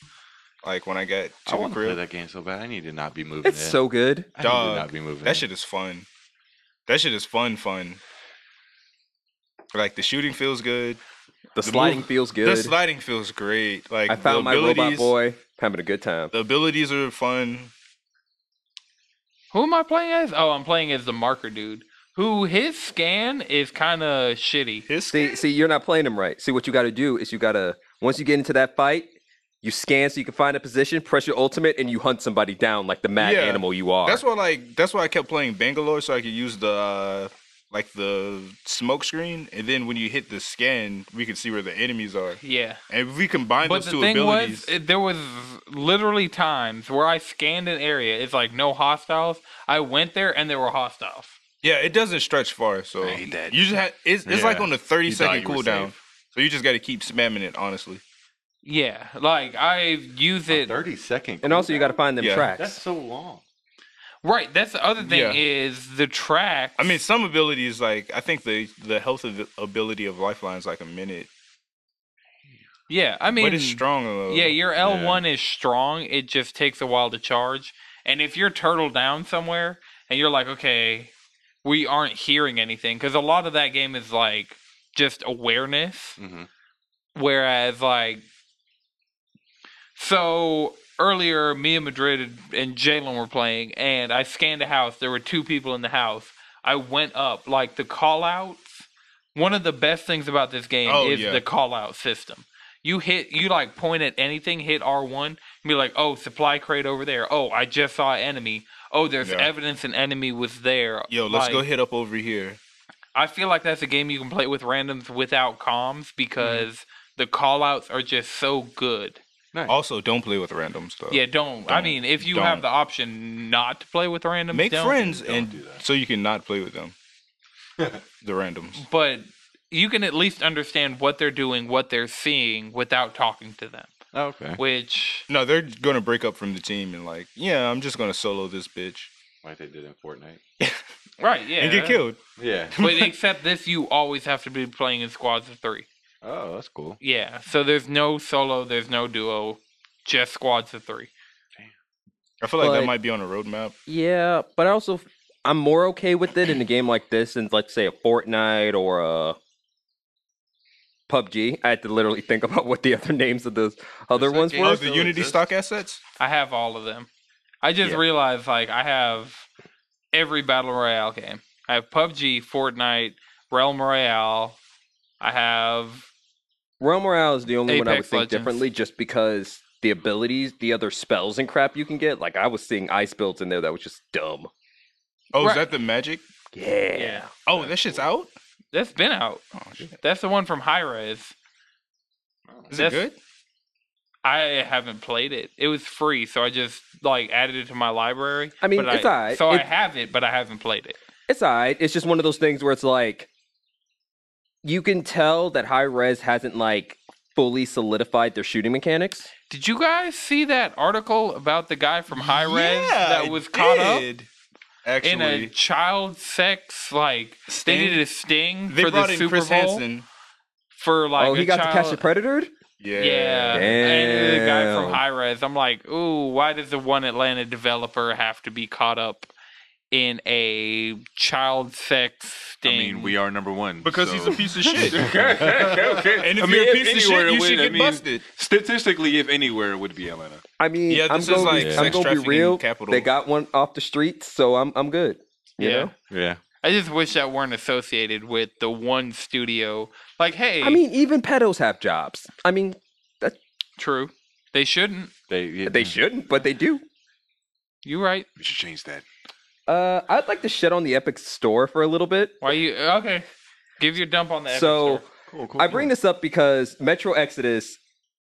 Speaker 3: Like when I got
Speaker 4: I
Speaker 3: to the
Speaker 4: want to play
Speaker 3: crib,
Speaker 4: that game so bad. I need to not be moving.
Speaker 5: It's
Speaker 4: it.
Speaker 5: so good.
Speaker 4: I need to
Speaker 3: Dog,
Speaker 4: not be moving.
Speaker 3: That
Speaker 4: it.
Speaker 3: shit is fun. That shit is fun, fun. Like the shooting feels good.
Speaker 5: The,
Speaker 3: The
Speaker 5: sliding
Speaker 3: move-
Speaker 5: feels
Speaker 3: The
Speaker 5: good.
Speaker 3: sliding feels great. Like
Speaker 5: I found
Speaker 3: the
Speaker 5: my robot
Speaker 3: abilities,
Speaker 5: boy having a good time.
Speaker 3: The abilities are fun.
Speaker 1: Who am I playing as? Oh, I'm playing as the marker dude. Who his scan is kind of shitty.
Speaker 3: His
Speaker 5: See, see, you're not playing him right. See, what you got to do is you got to once you get into that fight, you scan so you can find a position, press your ultimate, and you hunt somebody down like the mad
Speaker 3: Yeah,
Speaker 5: animal you are.
Speaker 3: That's why, like, that's why I kept playing Bangalore so I could use the uh, like the smoke screen, and then when you hit the scan, we can see where the enemies are,
Speaker 1: Yeah.
Speaker 3: and if we combine
Speaker 1: But
Speaker 3: those
Speaker 1: the
Speaker 3: two
Speaker 1: thing
Speaker 3: abilities.
Speaker 1: was, it- there was literally times where I scanned an area. It's like no hostiles. I went there and there were hostiles.
Speaker 3: yeah, it doesn't stretch far, so
Speaker 4: I hate that.
Speaker 3: you just have it's, it's like
Speaker 4: Yeah.
Speaker 3: on the thirty
Speaker 4: You thought
Speaker 3: second
Speaker 4: you were
Speaker 3: cooldown, so you just got to keep spamming it. Honestly,
Speaker 1: Yeah, like I use
Speaker 4: A
Speaker 1: it.
Speaker 4: thirty second.
Speaker 5: and also you got to find them
Speaker 3: Yeah.
Speaker 5: tracks.
Speaker 4: That's so long.
Speaker 1: Right. That's the other thing
Speaker 3: Yeah.
Speaker 1: is the track.
Speaker 3: I mean, some abilities like I think the the health of ability of lifelines like a minute,
Speaker 1: yeah. I mean,
Speaker 3: but it's strong. Though.
Speaker 1: Yeah, your L one is strong. It just takes a while to charge. And if you're turtle down somewhere and you're like, okay, we aren't hearing anything, because a lot of that game is like just awareness.
Speaker 4: hmm
Speaker 1: Whereas like, so earlier, me and Madrid and Jalen were playing, and I scanned a house. There were two people in the house. I went up like the call outs. One of the best things about this game
Speaker 3: Oh,
Speaker 1: is
Speaker 3: yeah.
Speaker 1: the call out system. You hit, you like point at anything, hit R one, be like, oh, supply crate over there. Oh, I just saw an enemy. Oh, there's
Speaker 3: Yeah.
Speaker 1: evidence an enemy was there.
Speaker 3: Yo, let's
Speaker 1: Like,
Speaker 3: go hit up over here.
Speaker 1: I feel like that's a game you can play with randoms without
Speaker 3: Mm-hmm.
Speaker 1: comms because the call outs are just so good.
Speaker 3: Also, don't play with random stuff.
Speaker 1: yeah, don't, I
Speaker 3: Oh, don't-
Speaker 1: mean, if you have
Speaker 3: don't.
Speaker 1: the option not to play with randoms,
Speaker 3: make
Speaker 1: don't.
Speaker 3: friends
Speaker 4: don't
Speaker 3: and
Speaker 4: do that.
Speaker 3: so you can not play
Speaker 4: *laughs*
Speaker 3: with them the randoms
Speaker 1: But you can at least understand what they're doing, what they're seeing without talking to
Speaker 3: *laughs*
Speaker 1: them.
Speaker 4: Okay.
Speaker 1: Which
Speaker 3: no they're gonna break up from the team and like yeah i'm just gonna solo this bitch
Speaker 4: Like they did in Fortnite.
Speaker 1: right, yeah.
Speaker 3: and get killed *laughs*
Speaker 4: Yeah.
Speaker 1: but except this you always have to be playing in squads of three.
Speaker 4: Oh, that's cool.
Speaker 1: Yeah. So there's no solo, there's no duo, just squads of three.
Speaker 3: i feel like
Speaker 5: But-
Speaker 3: that might be on a roadmap
Speaker 5: Yeah, but I also I'm more okay with it in a game like this than let's say a Fortnite or a PUBG. I had to literally think *laughs* about what the other names of those other
Speaker 4: that
Speaker 5: ones
Speaker 4: game
Speaker 5: were.
Speaker 3: oh
Speaker 4: still
Speaker 3: the unity
Speaker 4: exists?
Speaker 3: stock assets
Speaker 1: I have all of them. I just
Speaker 3: Yeah.
Speaker 1: realized like I have every battle royale game. I have PUBG, Fortnite, Realm Royale. I have
Speaker 5: Realm Royale is the only one I would
Speaker 1: Apex
Speaker 5: think
Speaker 1: Legends.
Speaker 5: differently, just because the abilities, the other spells and crap you can get. Like I was seeing ice builds in there that was just dumb.
Speaker 3: oh
Speaker 1: Right.
Speaker 3: is that the magic
Speaker 5: Yeah.
Speaker 1: yeah.
Speaker 3: oh that shit's out
Speaker 1: That's been out.
Speaker 3: oh shit
Speaker 1: That's the one from High Res.
Speaker 3: is
Speaker 1: That's-
Speaker 3: it good
Speaker 1: I haven't played it. It was free, so I just like added it to my library.
Speaker 5: I mean,
Speaker 1: but
Speaker 5: it's alright.
Speaker 1: So I
Speaker 5: It-
Speaker 1: have it, but I haven't played it.
Speaker 5: It's alright. It's just one of those things where it's like you can tell that high res hasn't like fully solidified their shooting mechanics.
Speaker 1: Did you guys see that article about the guy from High Res that was caught up
Speaker 3: actually
Speaker 1: in a child sex like they
Speaker 3: Sting?
Speaker 1: did a sting
Speaker 3: they
Speaker 1: for
Speaker 3: brought
Speaker 1: the
Speaker 3: in
Speaker 1: Super
Speaker 3: chris
Speaker 1: Bowl
Speaker 3: hansen
Speaker 1: for like
Speaker 5: oh, he
Speaker 1: a
Speaker 5: got to catch
Speaker 1: child-
Speaker 5: the predator.
Speaker 3: yeah
Speaker 1: Yeah, and the guy from
Speaker 5: Damn.
Speaker 1: High Res. I'm like, ooh, why does the one Atlanta developer have to be caught up in a child sex
Speaker 7: I
Speaker 1: sting?
Speaker 7: mean, we are number one
Speaker 3: because
Speaker 7: so-
Speaker 3: he's a piece of
Speaker 6: *laughs*
Speaker 3: shit
Speaker 6: okay.
Speaker 3: *laughs* and if
Speaker 6: I mean,
Speaker 3: you're a
Speaker 6: if
Speaker 3: piece of
Speaker 6: anywhere
Speaker 3: shit
Speaker 6: it
Speaker 3: you
Speaker 6: would,
Speaker 3: should
Speaker 6: I
Speaker 3: get
Speaker 6: mean-
Speaker 3: busted
Speaker 6: Statistically, if anywhere, it would be Atlanta.
Speaker 5: I mean,
Speaker 3: Yeah,
Speaker 5: I'm
Speaker 3: this is
Speaker 5: gonna,
Speaker 3: like
Speaker 5: be, I'm
Speaker 3: sex
Speaker 5: gonna be
Speaker 3: trafficking
Speaker 5: real.
Speaker 3: capital.
Speaker 5: They got one off the streets, so I'm I'm good. You
Speaker 1: Yeah.
Speaker 5: know?
Speaker 4: Yeah.
Speaker 1: I just wish that weren't associated with the one studio. Like, hey,
Speaker 5: I mean, even pedos have jobs. I mean,
Speaker 1: true. They shouldn't.
Speaker 4: They. yeah,
Speaker 5: they shouldn't, but they do.
Speaker 1: You right?
Speaker 7: We should change that.
Speaker 5: Uh, I'd like to shit on the Epic Store for a little bit.
Speaker 1: Why you okay? Give your dump on the Epic
Speaker 5: so
Speaker 1: Store.
Speaker 4: cool, cool,
Speaker 5: I bring this up because Metro Exodus,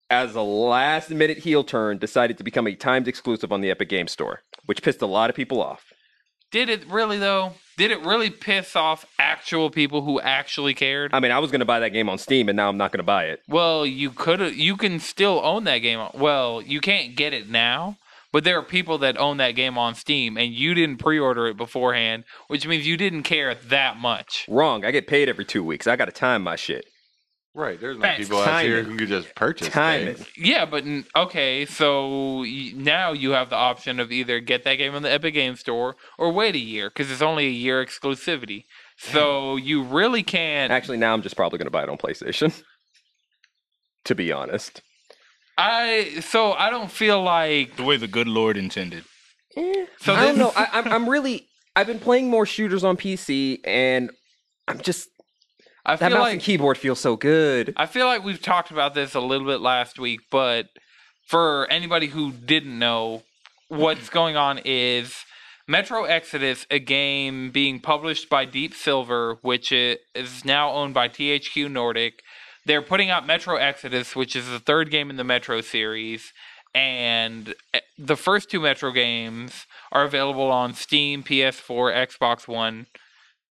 Speaker 5: as a last minute heel turn, decided to become a timed exclusive on the Epic Game Store, which pissed a lot of people off.
Speaker 1: Did it really though? Did it really piss off actual people who actually cared?
Speaker 5: I mean, I was gonna buy that game on Steam, and now I'm not gonna buy it.
Speaker 1: Well, you could you can still own that game. Well, you can't get it now, But there are people that own that game on Steam and you didn't pre order it beforehand, which means you didn't care that much.
Speaker 5: Wrong. I get paid every two weeks. I got to time my shit.
Speaker 4: Right. There's no
Speaker 1: Facts.
Speaker 4: people out here
Speaker 5: Timing.
Speaker 4: who can just purchase
Speaker 5: Time
Speaker 4: things.
Speaker 5: it.
Speaker 1: Yeah, but n- okay, so y- now you have the option of either get that game on the Epic Game Store or wait a year because it's only a year exclusivity. So you really can't.
Speaker 5: Actually, now I'm just probably going to buy it on PlayStation. *laughs* to be honest.
Speaker 1: I so I don't feel like
Speaker 3: The way the good Lord intended.
Speaker 1: So
Speaker 5: I don't
Speaker 1: then-
Speaker 5: know. I, I'm, I'm really. I've been playing more shooters on PC, and I'm just
Speaker 1: I
Speaker 5: that
Speaker 1: feel
Speaker 5: mouse
Speaker 1: like
Speaker 5: and keyboard feels so good.
Speaker 1: I feel like we've talked about this a little bit last week, but for anybody who didn't know, what's going on is Metro Exodus, a game being published by Deep Silver, which i- is now owned by THQ Nordic. They're putting out Metro Exodus, which is the third game in the Metro series, and eh, the first two Metro games are available on Steam, PS4, Xbox One,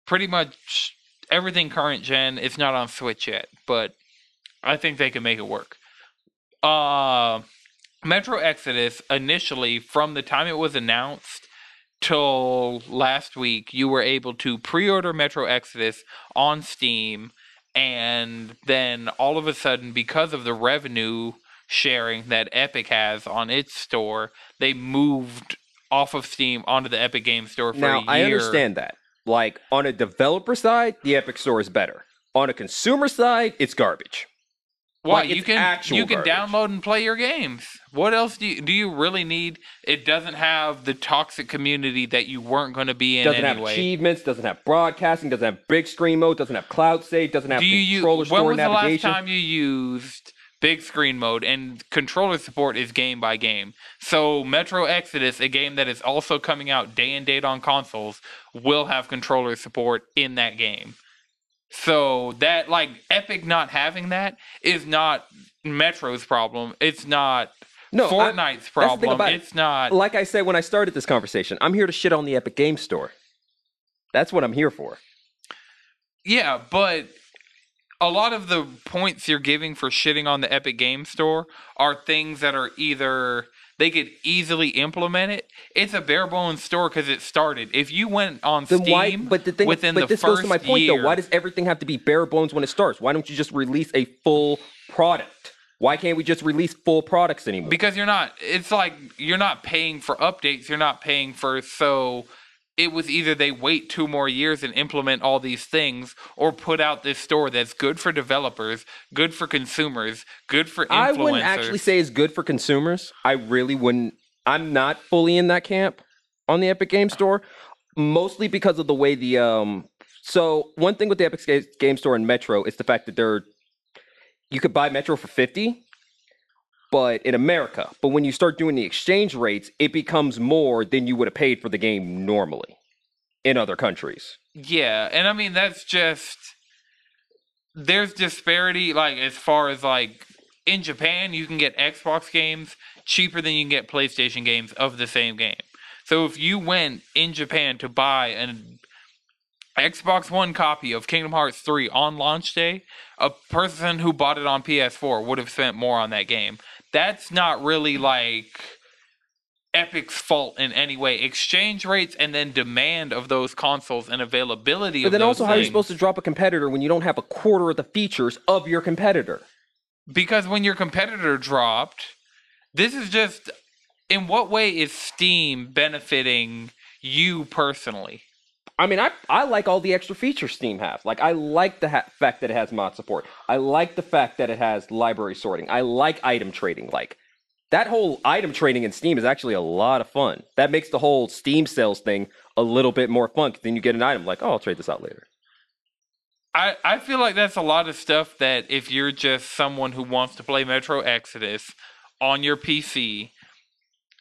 Speaker 1: pretty much everything current gen. It's not on Switch yet, but I think they can make it work. Uh, Metro Exodus initially, from the time it was announced till last week, you were able to pre-order Metro Exodus on Steam, and then all of a sudden, because of the revenue sharing that Epic has on its store, they moved off of Steam onto the Epic Game Store for a
Speaker 5: Now
Speaker 1: year.
Speaker 5: I understand that. Like on a developer side, the Epic Store is better. On a consumer side, it's garbage.
Speaker 1: Why
Speaker 5: Like,
Speaker 1: you
Speaker 5: it's
Speaker 1: can
Speaker 5: actual
Speaker 1: you can
Speaker 5: garbage.
Speaker 1: download and play your games. What else do you do you really need? It doesn't have the toxic community that you weren't going to be in
Speaker 5: Doesn't
Speaker 1: anyway.
Speaker 5: have achievements. Doesn't have broadcasting. Doesn't have big screen mode. Doesn't have cloud save. Doesn't have
Speaker 1: do you
Speaker 5: controller
Speaker 1: use,
Speaker 5: store
Speaker 1: when was
Speaker 5: navigation.
Speaker 1: the last time you used big screen mode and controller support is game by game. So Metro Exodus, a game that is also coming out day and date on consoles, will have controller support in that game. So that like Epic not having that is not Metro's problem. It's not
Speaker 5: No, I-
Speaker 1: Fortnite's
Speaker 5: the thing
Speaker 1: problem.
Speaker 5: about it.
Speaker 1: It's not
Speaker 5: like I said when I started this conversation, I'm here to shit on the Epic Game Store. That's what I'm here for.
Speaker 1: Yeah, but a lot of the points you're giving for shitting on the Epic Game Store are things that are either they could easily implement it. It's a bare bones store because it started. If you went on
Speaker 5: Then
Speaker 1: Steam,
Speaker 5: why? But the thing,
Speaker 1: within
Speaker 5: but
Speaker 1: the
Speaker 5: this
Speaker 1: first
Speaker 5: goes to my point
Speaker 1: year,
Speaker 5: though. Why does everything have to be bare bones when it starts? Why don't you just release a full product? Why can't we just release full products anymore?
Speaker 1: because you're not. It's like you're not paying for updates. You're not paying for so. It was either they wait two more years and implement all these things, or put out this store that's good for developers, good for consumers, good for influencers.
Speaker 5: I wouldn't actually say it's good for consumers. I really wouldn't. I'm not fully in that camp on the Epic Game Store, mostly because of the way the um. So one thing with the Epic Ga- Game Store and Metro is the fact that they're you could buy Metro for fifty, but in America, but when you start doing the exchange rates, it becomes more than you would have paid for the game normally in other countries.
Speaker 1: Yeah, and I mean that's just there's disparity like as far as like in Japan you can get Xbox games cheaper than you can get PlayStation games of the same game. So if you went in Japan to buy an Xbox One copy of Kingdom Hearts 3 on launch day, a person who bought it on PS4 would have spent more on that game. That's not really like Epic's fault in any way. Exchange rates and then demand of those consoles and availability
Speaker 5: But
Speaker 1: of
Speaker 5: then
Speaker 1: those
Speaker 5: also, how are you
Speaker 1: things.
Speaker 5: supposed to drop a competitor when you don't have a quarter of the features of your competitor?
Speaker 1: because when your competitor dropped, this is just in what way is Steam benefiting you personally?
Speaker 5: I mean, I, I like all the extra features Steam has. Like, I like the ha- fact that it has mod support. I like the fact that it has library sorting. I like item trading. Like, that whole item trading in Steam is actually a lot of fun. That makes the whole Steam sales thing a little bit more fun. 'cause Then you get an item, like, oh, I'll trade this out later.
Speaker 1: I, I feel like that's a lot of stuff that if you're just someone who wants to play Metro Exodus on your PC,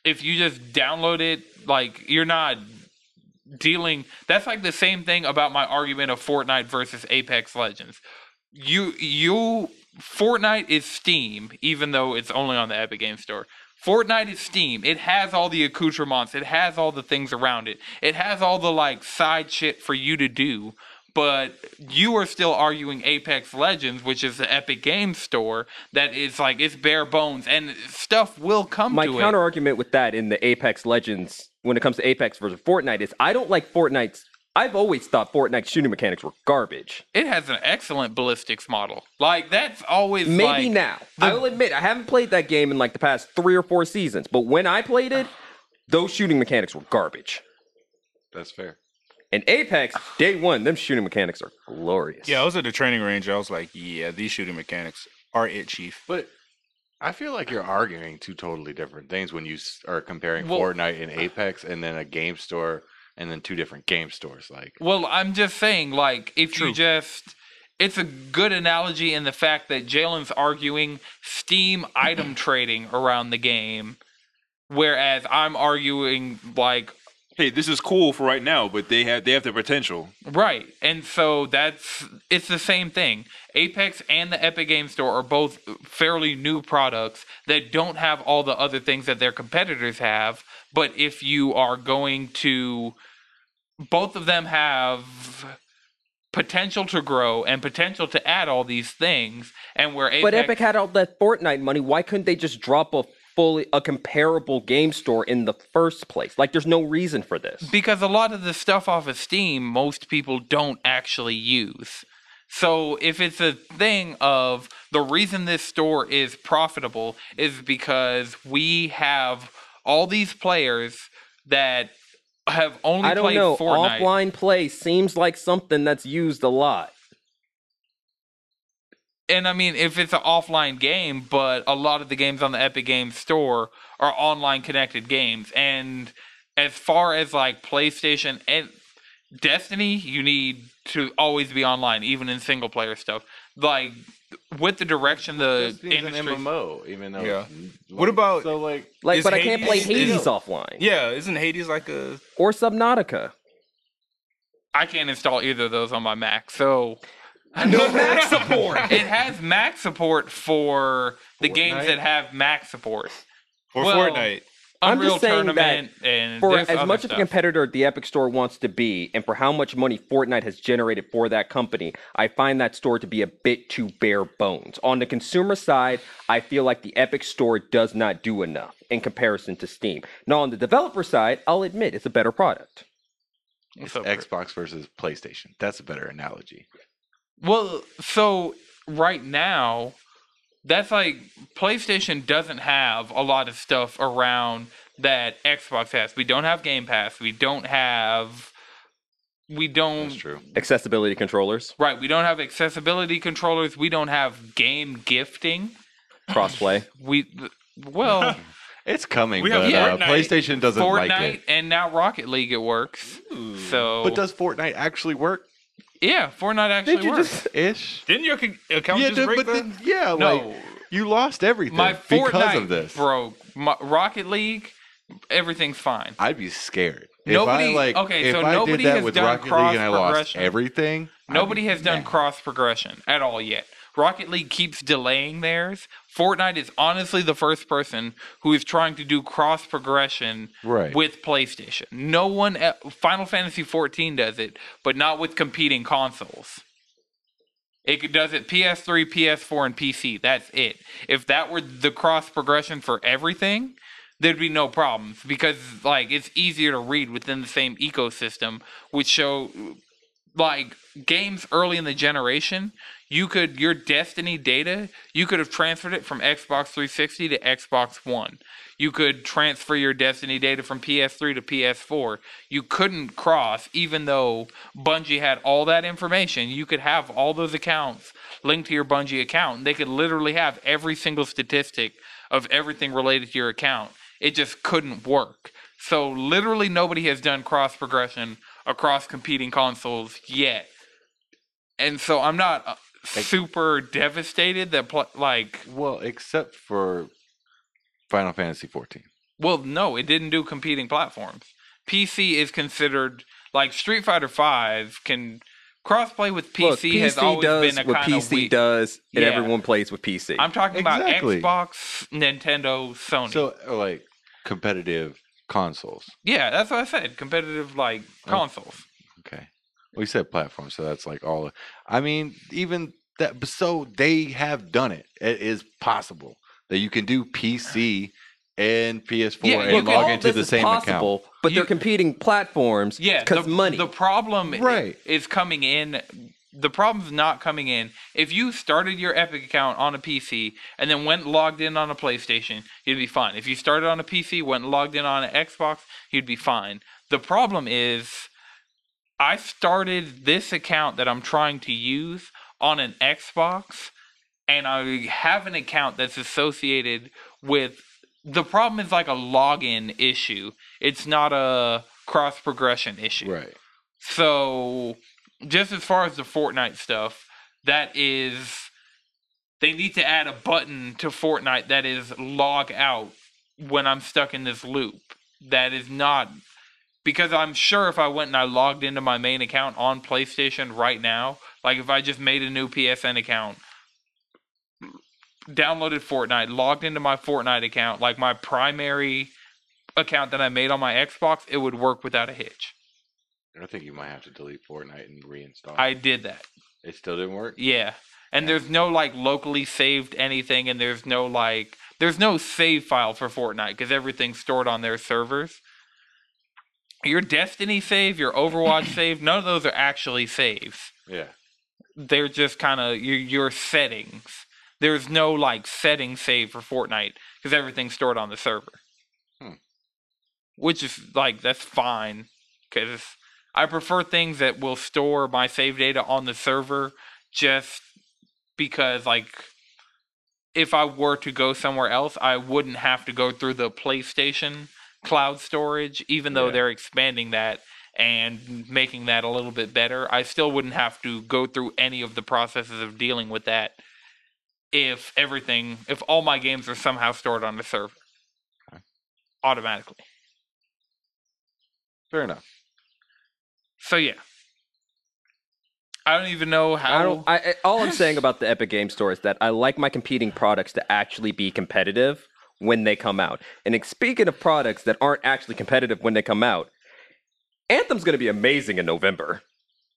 Speaker 1: if you just download it, like you're not dealing that's like the same thing about my argument of Fortnite versus Apex Legends. You you Fortnite is Steam, even though it's only on the Epic Game Store. Fortnite is Steam. It has all the accoutrements. It has all the things around it. It has all the like side shit for you to do. but you are still arguing Apex Legends, which is the Epic Games Store, that is like it's bare bones and stuff will come
Speaker 5: My
Speaker 1: to
Speaker 5: counter argument with that in the Apex Legends, when it comes to Apex versus Fortnite, is I don't like Fortnite's. I've always thought Fortnite's shooting mechanics were garbage.
Speaker 1: it. It has an excellent ballistics model. Like that's always
Speaker 5: Maybe
Speaker 1: like,
Speaker 5: now. I will admit I haven't played that game in like the past three or four seasons, but when I played it, those shooting mechanics were garbage.
Speaker 4: That's fair.
Speaker 5: And Apex, day one, them shooting mechanics are glorious.
Speaker 3: Yeah, I was at the training range. I was like, yeah, these shooting mechanics are it, chief.
Speaker 4: But I feel like you're arguing two totally different things when you s- are comparing
Speaker 1: Well-
Speaker 4: Fortnite and Apex and then a game store and then two different game stores. Like,
Speaker 1: Well, I'm just saying, like, if you just. It's a good analogy in the fact that Jalen's arguing Steam item trading around the game, whereas I'm arguing, like,
Speaker 6: Hey, this is cool for right now, but they have they have the potential.
Speaker 1: Right. And so that's it's the same thing. Apex and the Epic Game Store are both fairly new products that don't have all the other things that their competitors have, but if you are going to both of them have potential to grow and potential to add all these things and where Apex
Speaker 5: But Epic had all that Fortnite money. Why couldn't they just drop a fully a comparable game store in the first place? Like there's no reason for this.
Speaker 1: because a lot of the stuff off of Steam, most people don't actually use. So if it's a thing of the reason this store is profitable is because we have all these players that have only
Speaker 5: I don't
Speaker 1: played
Speaker 5: know.
Speaker 1: Fortnite.
Speaker 5: Offline play seems like something that's used a lot.
Speaker 1: And I mean, if it's an offline game, but a lot of the games on the Epic Games Store are online connected games. And as far as like PlayStation and Destiny, you need to always be online, even in single player stuff. Like with the direction the
Speaker 4: Destiny's an
Speaker 1: industry,
Speaker 4: MMO, even though.
Speaker 3: Yeah.
Speaker 4: n-
Speaker 3: What
Speaker 4: like-
Speaker 3: about-
Speaker 4: So, like,
Speaker 5: Like,
Speaker 3: Is
Speaker 5: but I can't play
Speaker 3: Hades-
Speaker 5: Hades
Speaker 3: is-
Speaker 5: offline
Speaker 3: Yeah, isn't Hades like a
Speaker 5: or Subnautica.
Speaker 1: I can't install either of those on my Mac. So no Mac support. *laughs* It has Mac support for the games
Speaker 4: Fortnite?
Speaker 1: that have Mac support.
Speaker 3: for
Speaker 1: Well,
Speaker 3: Fortnite?
Speaker 5: I'm
Speaker 1: Unreal
Speaker 5: just saying that
Speaker 1: Tournament and
Speaker 5: For
Speaker 1: there's
Speaker 5: as
Speaker 1: other
Speaker 5: much of a
Speaker 1: stuff.
Speaker 5: competitor the Epic Store wants to be, and for how much money Fortnite has generated for that company, I find that store to be a bit too bare bones. On the consumer side, I feel like the Epic Store does not do enough in comparison to Steam. Now, on the developer side, I'll admit it's a better product.
Speaker 1: What's
Speaker 4: it's
Speaker 1: up, Bert?
Speaker 4: Xbox versus PlayStation. That's a better analogy.
Speaker 1: Well, so right now, that's like PlayStation doesn't have a lot of stuff around that Xbox has. We don't have Game Pass. We don't have. We
Speaker 4: That's
Speaker 1: don't.
Speaker 4: true.
Speaker 5: Accessibility controllers,
Speaker 1: Right. We don't have accessibility controllers. We don't have game gifting. *sighs*
Speaker 5: crossplay.
Speaker 4: *laughs*
Speaker 1: We. Well,
Speaker 4: It's coming,
Speaker 3: We have
Speaker 4: but uh,
Speaker 1: Fortnite,
Speaker 4: PlayStation doesn't
Speaker 1: Fortnite
Speaker 4: like it.
Speaker 1: and now Rocket League it works. So
Speaker 4: But does Fortnite actually work?
Speaker 1: yeah, Fortnite actually works.
Speaker 4: Ish.
Speaker 3: Didn't your con- account
Speaker 4: yeah,
Speaker 3: just
Speaker 4: dude,
Speaker 3: break
Speaker 4: but
Speaker 3: though?
Speaker 4: then- yeah,
Speaker 1: no,
Speaker 4: like you lost everything
Speaker 1: my Fortnite
Speaker 4: *laughs* because of this.
Speaker 1: broke. My, Rocket League, everything's fine.
Speaker 4: I'd be scared. if
Speaker 1: Nobody-
Speaker 4: I, like,
Speaker 1: okay,
Speaker 4: if
Speaker 1: so
Speaker 4: I
Speaker 1: nobody
Speaker 4: did that
Speaker 1: has
Speaker 4: with
Speaker 1: done
Speaker 4: Rocket League and I lost
Speaker 1: cross-progression.
Speaker 4: everything. I'd
Speaker 1: Nobody
Speaker 4: be
Speaker 1: has done
Speaker 4: mad.
Speaker 1: cross progression at all yet. Rocket League keeps delaying theirs. Fortnite is honestly the first person who is trying to do cross progression
Speaker 4: Right.
Speaker 1: with PlayStation. No one, e- Final Fantasy 14 does it, but not with competing consoles. It could- does it PS3, PS4, and PC. That's it. If that were the cross progression for everything, there'd be no problems because like it's easier to read within the same ecosystem, which show like games early in the generation, you could your Destiny data, you could have transferred it from Xbox 360 to Xbox One. You could transfer your Destiny data from PS3 to PS4. You couldn't cross, even though Bungie had all that information. You could have all those accounts linked to your Bungie account, and they could literally have every single statistic of everything related to your account. It just couldn't work. So literally nobody has done cross progression across competing consoles yet. And so I'm not uh, super devastated that pl- like
Speaker 4: Well, except for Final Fantasy 14.
Speaker 1: well no, it didn't do competing platforms. PC is considered like Street Fighter 5 can crossplay with PC
Speaker 5: Look,
Speaker 1: has always
Speaker 5: does
Speaker 1: been a
Speaker 5: what
Speaker 1: kind of
Speaker 5: PC
Speaker 1: weak.
Speaker 5: does, and
Speaker 1: Yeah.
Speaker 5: everyone plays with PC.
Speaker 1: I'm talking
Speaker 4: Exactly.
Speaker 1: about Xbox, Nintendo, Sony.
Speaker 4: So, uh, like, competitive consoles.
Speaker 1: yeah, that's what I said. Competitive like
Speaker 4: Oh.
Speaker 1: consoles.
Speaker 4: Okay. We said platform, so that's like all. of- I mean, even that. but So they have done it. It is possible that you can do PC and PS4
Speaker 1: Yeah,
Speaker 4: and
Speaker 1: look,
Speaker 4: log
Speaker 5: all
Speaker 4: into
Speaker 5: this
Speaker 4: the
Speaker 5: is
Speaker 4: same account.
Speaker 5: possible, but
Speaker 1: You-
Speaker 5: they're competing platforms.
Speaker 1: Yeah,
Speaker 5: because
Speaker 1: the-
Speaker 5: money.
Speaker 1: The problem i-
Speaker 4: Right.
Speaker 1: is coming in. The problem's not coming in. If you started your Epic account on a PC and then went logged in on a PlayStation, you'd be fine. If you started on a PC, went logged in on an Xbox, you'd be fine. The problem is, I started this account that I'm trying to use on an Xbox, and I have an account that's associated with. The problem is like a login issue. It's not a cross progression issue.
Speaker 4: Right.
Speaker 1: So, just as far as the Fortnite stuff, that is. They need to add a button to Fortnite that is log out when I'm stuck in this loop. That is not. Because I'm sure if I went and I logged into my main account on PlayStation right now, like if I just made a new PSN account, downloaded Fortnite, logged into my Fortnite account, like my primary account that I made on my Xbox, it would work without a hitch.
Speaker 4: I think you might have to delete Fortnite and reinstall.
Speaker 1: I did that.
Speaker 4: it still didn't work.
Speaker 1: Yeah. And there's no like locally saved anything, and there's no like there's no save file for Fortnite because everything's stored on their servers. Your Destiny save, your Overwatch save, none of those are actually saves.
Speaker 4: Yeah.
Speaker 1: They're just kind of your your settings. There's no like setting save for Fortnite because everything's stored on the server.
Speaker 4: Hmm.
Speaker 1: Which is like that's fine because I prefer things that will store my save data on the server just because like if I were to go somewhere else, I wouldn't have to go through the PlayStation cloud storage, even though
Speaker 4: Yeah.
Speaker 1: they're expanding that and making that a little bit better. I still wouldn't have to go through any of the processes of dealing with that if everything, if all my games are somehow stored on the server
Speaker 4: Okay.
Speaker 1: automatically.
Speaker 4: Fair enough.
Speaker 1: So, yeah. I don't even know how.
Speaker 5: I don't. I, I- all I'm saying about the Epic Game Store is that I like my competing products to actually be competitive when they come out. And ex- speaking of products that aren't actually competitive when they come out, Anthem's going to be amazing in November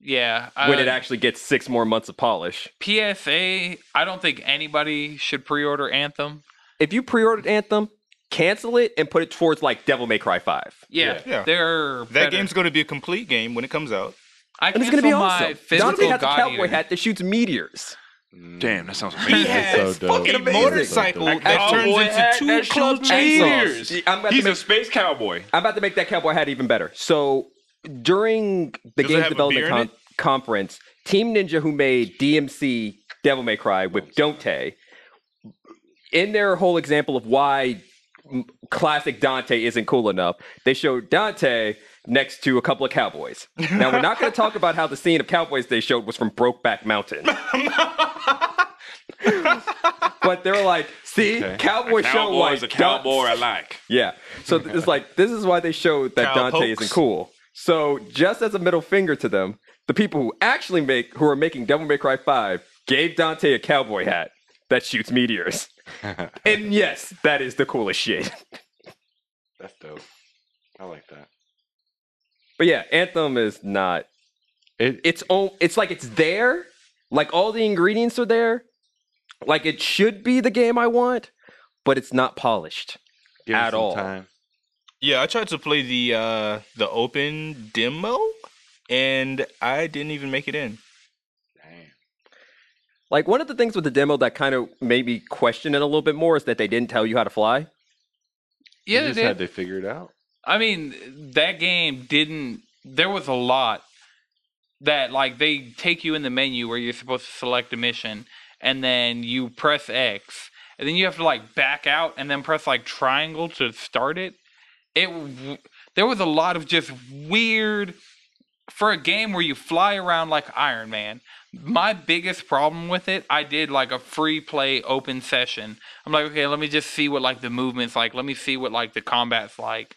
Speaker 1: yeah.
Speaker 5: when
Speaker 1: uh,
Speaker 5: it actually gets six more months of polish.
Speaker 1: PSA, I don't think anybody should pre-order Anthem.
Speaker 5: If you pre-ordered Anthem, cancel it and put it towards like Devil May Cry Five.
Speaker 1: Yeah,
Speaker 3: Yeah.
Speaker 1: they're
Speaker 3: That game's going to be a complete game when it comes out.
Speaker 1: I
Speaker 5: And it's going to be
Speaker 1: canceled my
Speaker 5: awesome.
Speaker 1: physical
Speaker 5: Dante has a
Speaker 1: God
Speaker 5: cowboy
Speaker 1: Eater.
Speaker 5: hat that shoots meteors.
Speaker 6: Damn, that sounds
Speaker 3: He
Speaker 6: amazing.
Speaker 4: Yeah.
Speaker 3: has
Speaker 4: It's so dope.
Speaker 3: fucking
Speaker 4: It's so
Speaker 3: motorcycle
Speaker 4: dope.
Speaker 3: that turns
Speaker 6: Cowboy
Speaker 3: into
Speaker 6: hat,
Speaker 3: two
Speaker 6: that shoots
Speaker 3: club
Speaker 6: meteors.
Speaker 5: See, I'm about to
Speaker 6: He's a
Speaker 5: make-
Speaker 6: space cowboy.
Speaker 5: I'm about to make that cowboy hat even better. So during the
Speaker 3: Does it
Speaker 5: game's
Speaker 3: have a
Speaker 5: development
Speaker 3: beer in
Speaker 5: con- conference, Team Ninja, who made DMC Devil May Cry with Dante, in their whole example of why m- classic Dante isn't cool enough, they showed Dante next to a couple of cowboys. Now we're not going to talk about how the scene of cowboys they showed was from
Speaker 3: *laughs*
Speaker 5: Brokeback Mountain. but they're like, see,
Speaker 4: Okay.
Speaker 5: cowboy, show
Speaker 6: Cowboy
Speaker 5: like
Speaker 6: is a cowboy
Speaker 5: Dante-
Speaker 6: I like.
Speaker 5: yeah. So th- it's like this is why they showed that
Speaker 3: Kyle
Speaker 5: Dante
Speaker 3: Pokes.
Speaker 5: isn't cool. So just as a middle finger to them, the people who actually make who are making Devil May Cry 5 gave Dante a cowboy hat that
Speaker 3: *laughs*
Speaker 5: shoots meteors. and yes, that is the coolest shit.
Speaker 4: That's dope. I like that.
Speaker 5: But yeah, Anthem is not
Speaker 4: It,
Speaker 5: it's o- it's like it's there, like all the ingredients are there. Like it should be the game I want, but it's not polished.
Speaker 4: give it
Speaker 5: at
Speaker 4: some
Speaker 5: all.
Speaker 4: Time.
Speaker 3: Yeah, I tried to play the uh the open demo and I didn't even make it in.
Speaker 4: Damn.
Speaker 5: Like one of the things with the demo that kind of made me question it a little bit more is that they didn't tell you how to fly.
Speaker 1: Yeah,
Speaker 4: you
Speaker 1: they
Speaker 4: just
Speaker 1: did.
Speaker 4: had to figure it out.
Speaker 1: I mean, that game didn't. There was a lot that like they take you in the menu where you're supposed to select a mission, and then you press X, and then you have to like back out and then press like triangle to start it. It w- there was a lot of just weird for a game where you fly around like Iron Man. My biggest problem with it, I did like a free play open session. I'm like, okay, let me just see what like the movements like. Let me see what like the combat's like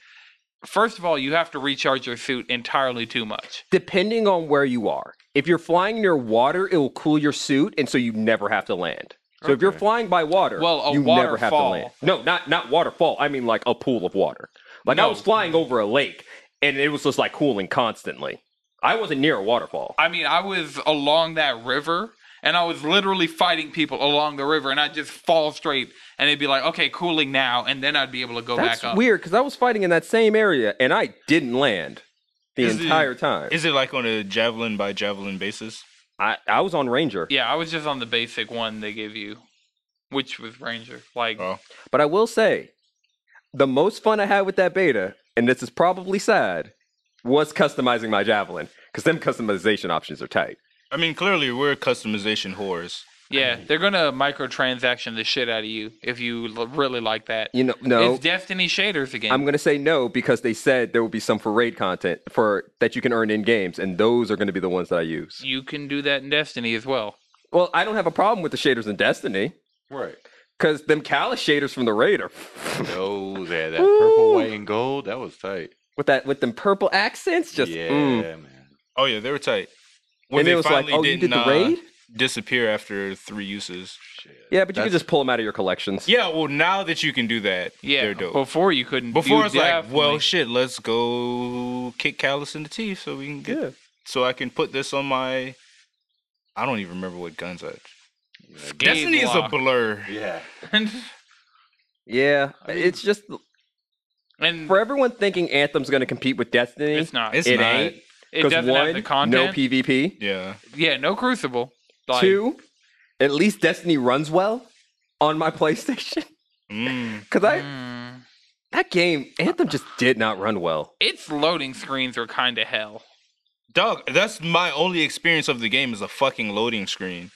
Speaker 1: first of all, you have to recharge your suit entirely too much.
Speaker 5: depending on where you are. If you're flying near water, it will cool your suit, and so you never have to land. So if you're
Speaker 4: Okay.
Speaker 5: flying by water,
Speaker 1: Well, a
Speaker 5: you never have to
Speaker 1: waterfall.
Speaker 5: land. No, not not waterfall. I mean like a pool of water. Like I
Speaker 1: No.
Speaker 5: was flying over a lake, and it was just like cooling constantly. I wasn't near a waterfall.
Speaker 1: I mean, I was along that river and I was literally fighting people along the river and I'd just fall straight and it'd be like, okay, cooling now. And then I'd be able to go
Speaker 5: That's
Speaker 1: back up.
Speaker 5: weird because I was fighting in that same area and I didn't land the
Speaker 3: Is it-
Speaker 5: entire time.
Speaker 3: Is it like on a javelin by javelin basis?
Speaker 5: I, I was on Ranger.
Speaker 1: Yeah, I was just on the basic one they give you, which was Ranger. Like,
Speaker 3: Oh.
Speaker 5: But I will say, the most fun I had with that beta, and this is probably sad, was customizing my javelin because them customization options are tight.
Speaker 3: I mean, clearly we're customization whores.
Speaker 1: yeah, they're going to microtransaction the shit out of you if you l- really like that.
Speaker 5: You know, no,
Speaker 1: It's Destiny Shaders again.
Speaker 5: I'm gonna say no because they said there will be some for raid content for that you can earn in games, and those are gonna be the ones that I use.
Speaker 1: you can do that in Destiny as well.
Speaker 5: Well, I don't have a problem with the shaders in Destiny
Speaker 4: Right.
Speaker 5: because them callous shaders from the raid are
Speaker 4: *laughs*
Speaker 5: *laughs*
Speaker 4: Oh, that, that purple,
Speaker 5: Woo!
Speaker 4: white, and gold. That was tight.
Speaker 5: with that with them purple accents. Just
Speaker 4: yeah,
Speaker 5: mm.
Speaker 4: man.
Speaker 3: Oh yeah, they were tight. When
Speaker 5: and
Speaker 3: they
Speaker 5: it was like,
Speaker 3: finally
Speaker 5: oh, you did the
Speaker 3: didn't, uh,
Speaker 5: raid?
Speaker 3: disappear after three uses.
Speaker 4: Shit.
Speaker 5: Yeah, but you
Speaker 4: That's-
Speaker 5: can just pull them out of your collections.
Speaker 3: Yeah, well now that you can do that,
Speaker 1: Yeah,
Speaker 3: they're dope.
Speaker 1: before you couldn't.
Speaker 3: Before
Speaker 1: you
Speaker 3: it's like, well,
Speaker 1: definitely-
Speaker 3: shit, let's go kick Callus in the teeth so we can get,
Speaker 5: Yeah.
Speaker 3: so I can put this on my. I don't even remember what guns I.
Speaker 4: Yeah,
Speaker 1: Game
Speaker 3: Destiny is a
Speaker 1: block.
Speaker 3: blur.
Speaker 4: Yeah.
Speaker 5: Yeah, it's just
Speaker 1: *laughs* and
Speaker 5: for everyone thinking Anthem's going to compete with Destiny.
Speaker 1: it's not.
Speaker 3: It's
Speaker 5: it
Speaker 3: not.
Speaker 5: ain't
Speaker 1: it
Speaker 5: because
Speaker 1: doesn't have
Speaker 5: one,
Speaker 1: the
Speaker 5: no
Speaker 1: content.
Speaker 5: PvP.
Speaker 3: Yeah,
Speaker 1: yeah, no Crucible. Like,
Speaker 5: Two, at least Destiny runs well on my *laughs* PlayStation
Speaker 3: mm,
Speaker 5: because I
Speaker 1: mm,
Speaker 5: that game Anthem just did not run well.
Speaker 1: its loading screens are kind of hell.
Speaker 3: dog. That's my only experience of the game is a fucking loading screen.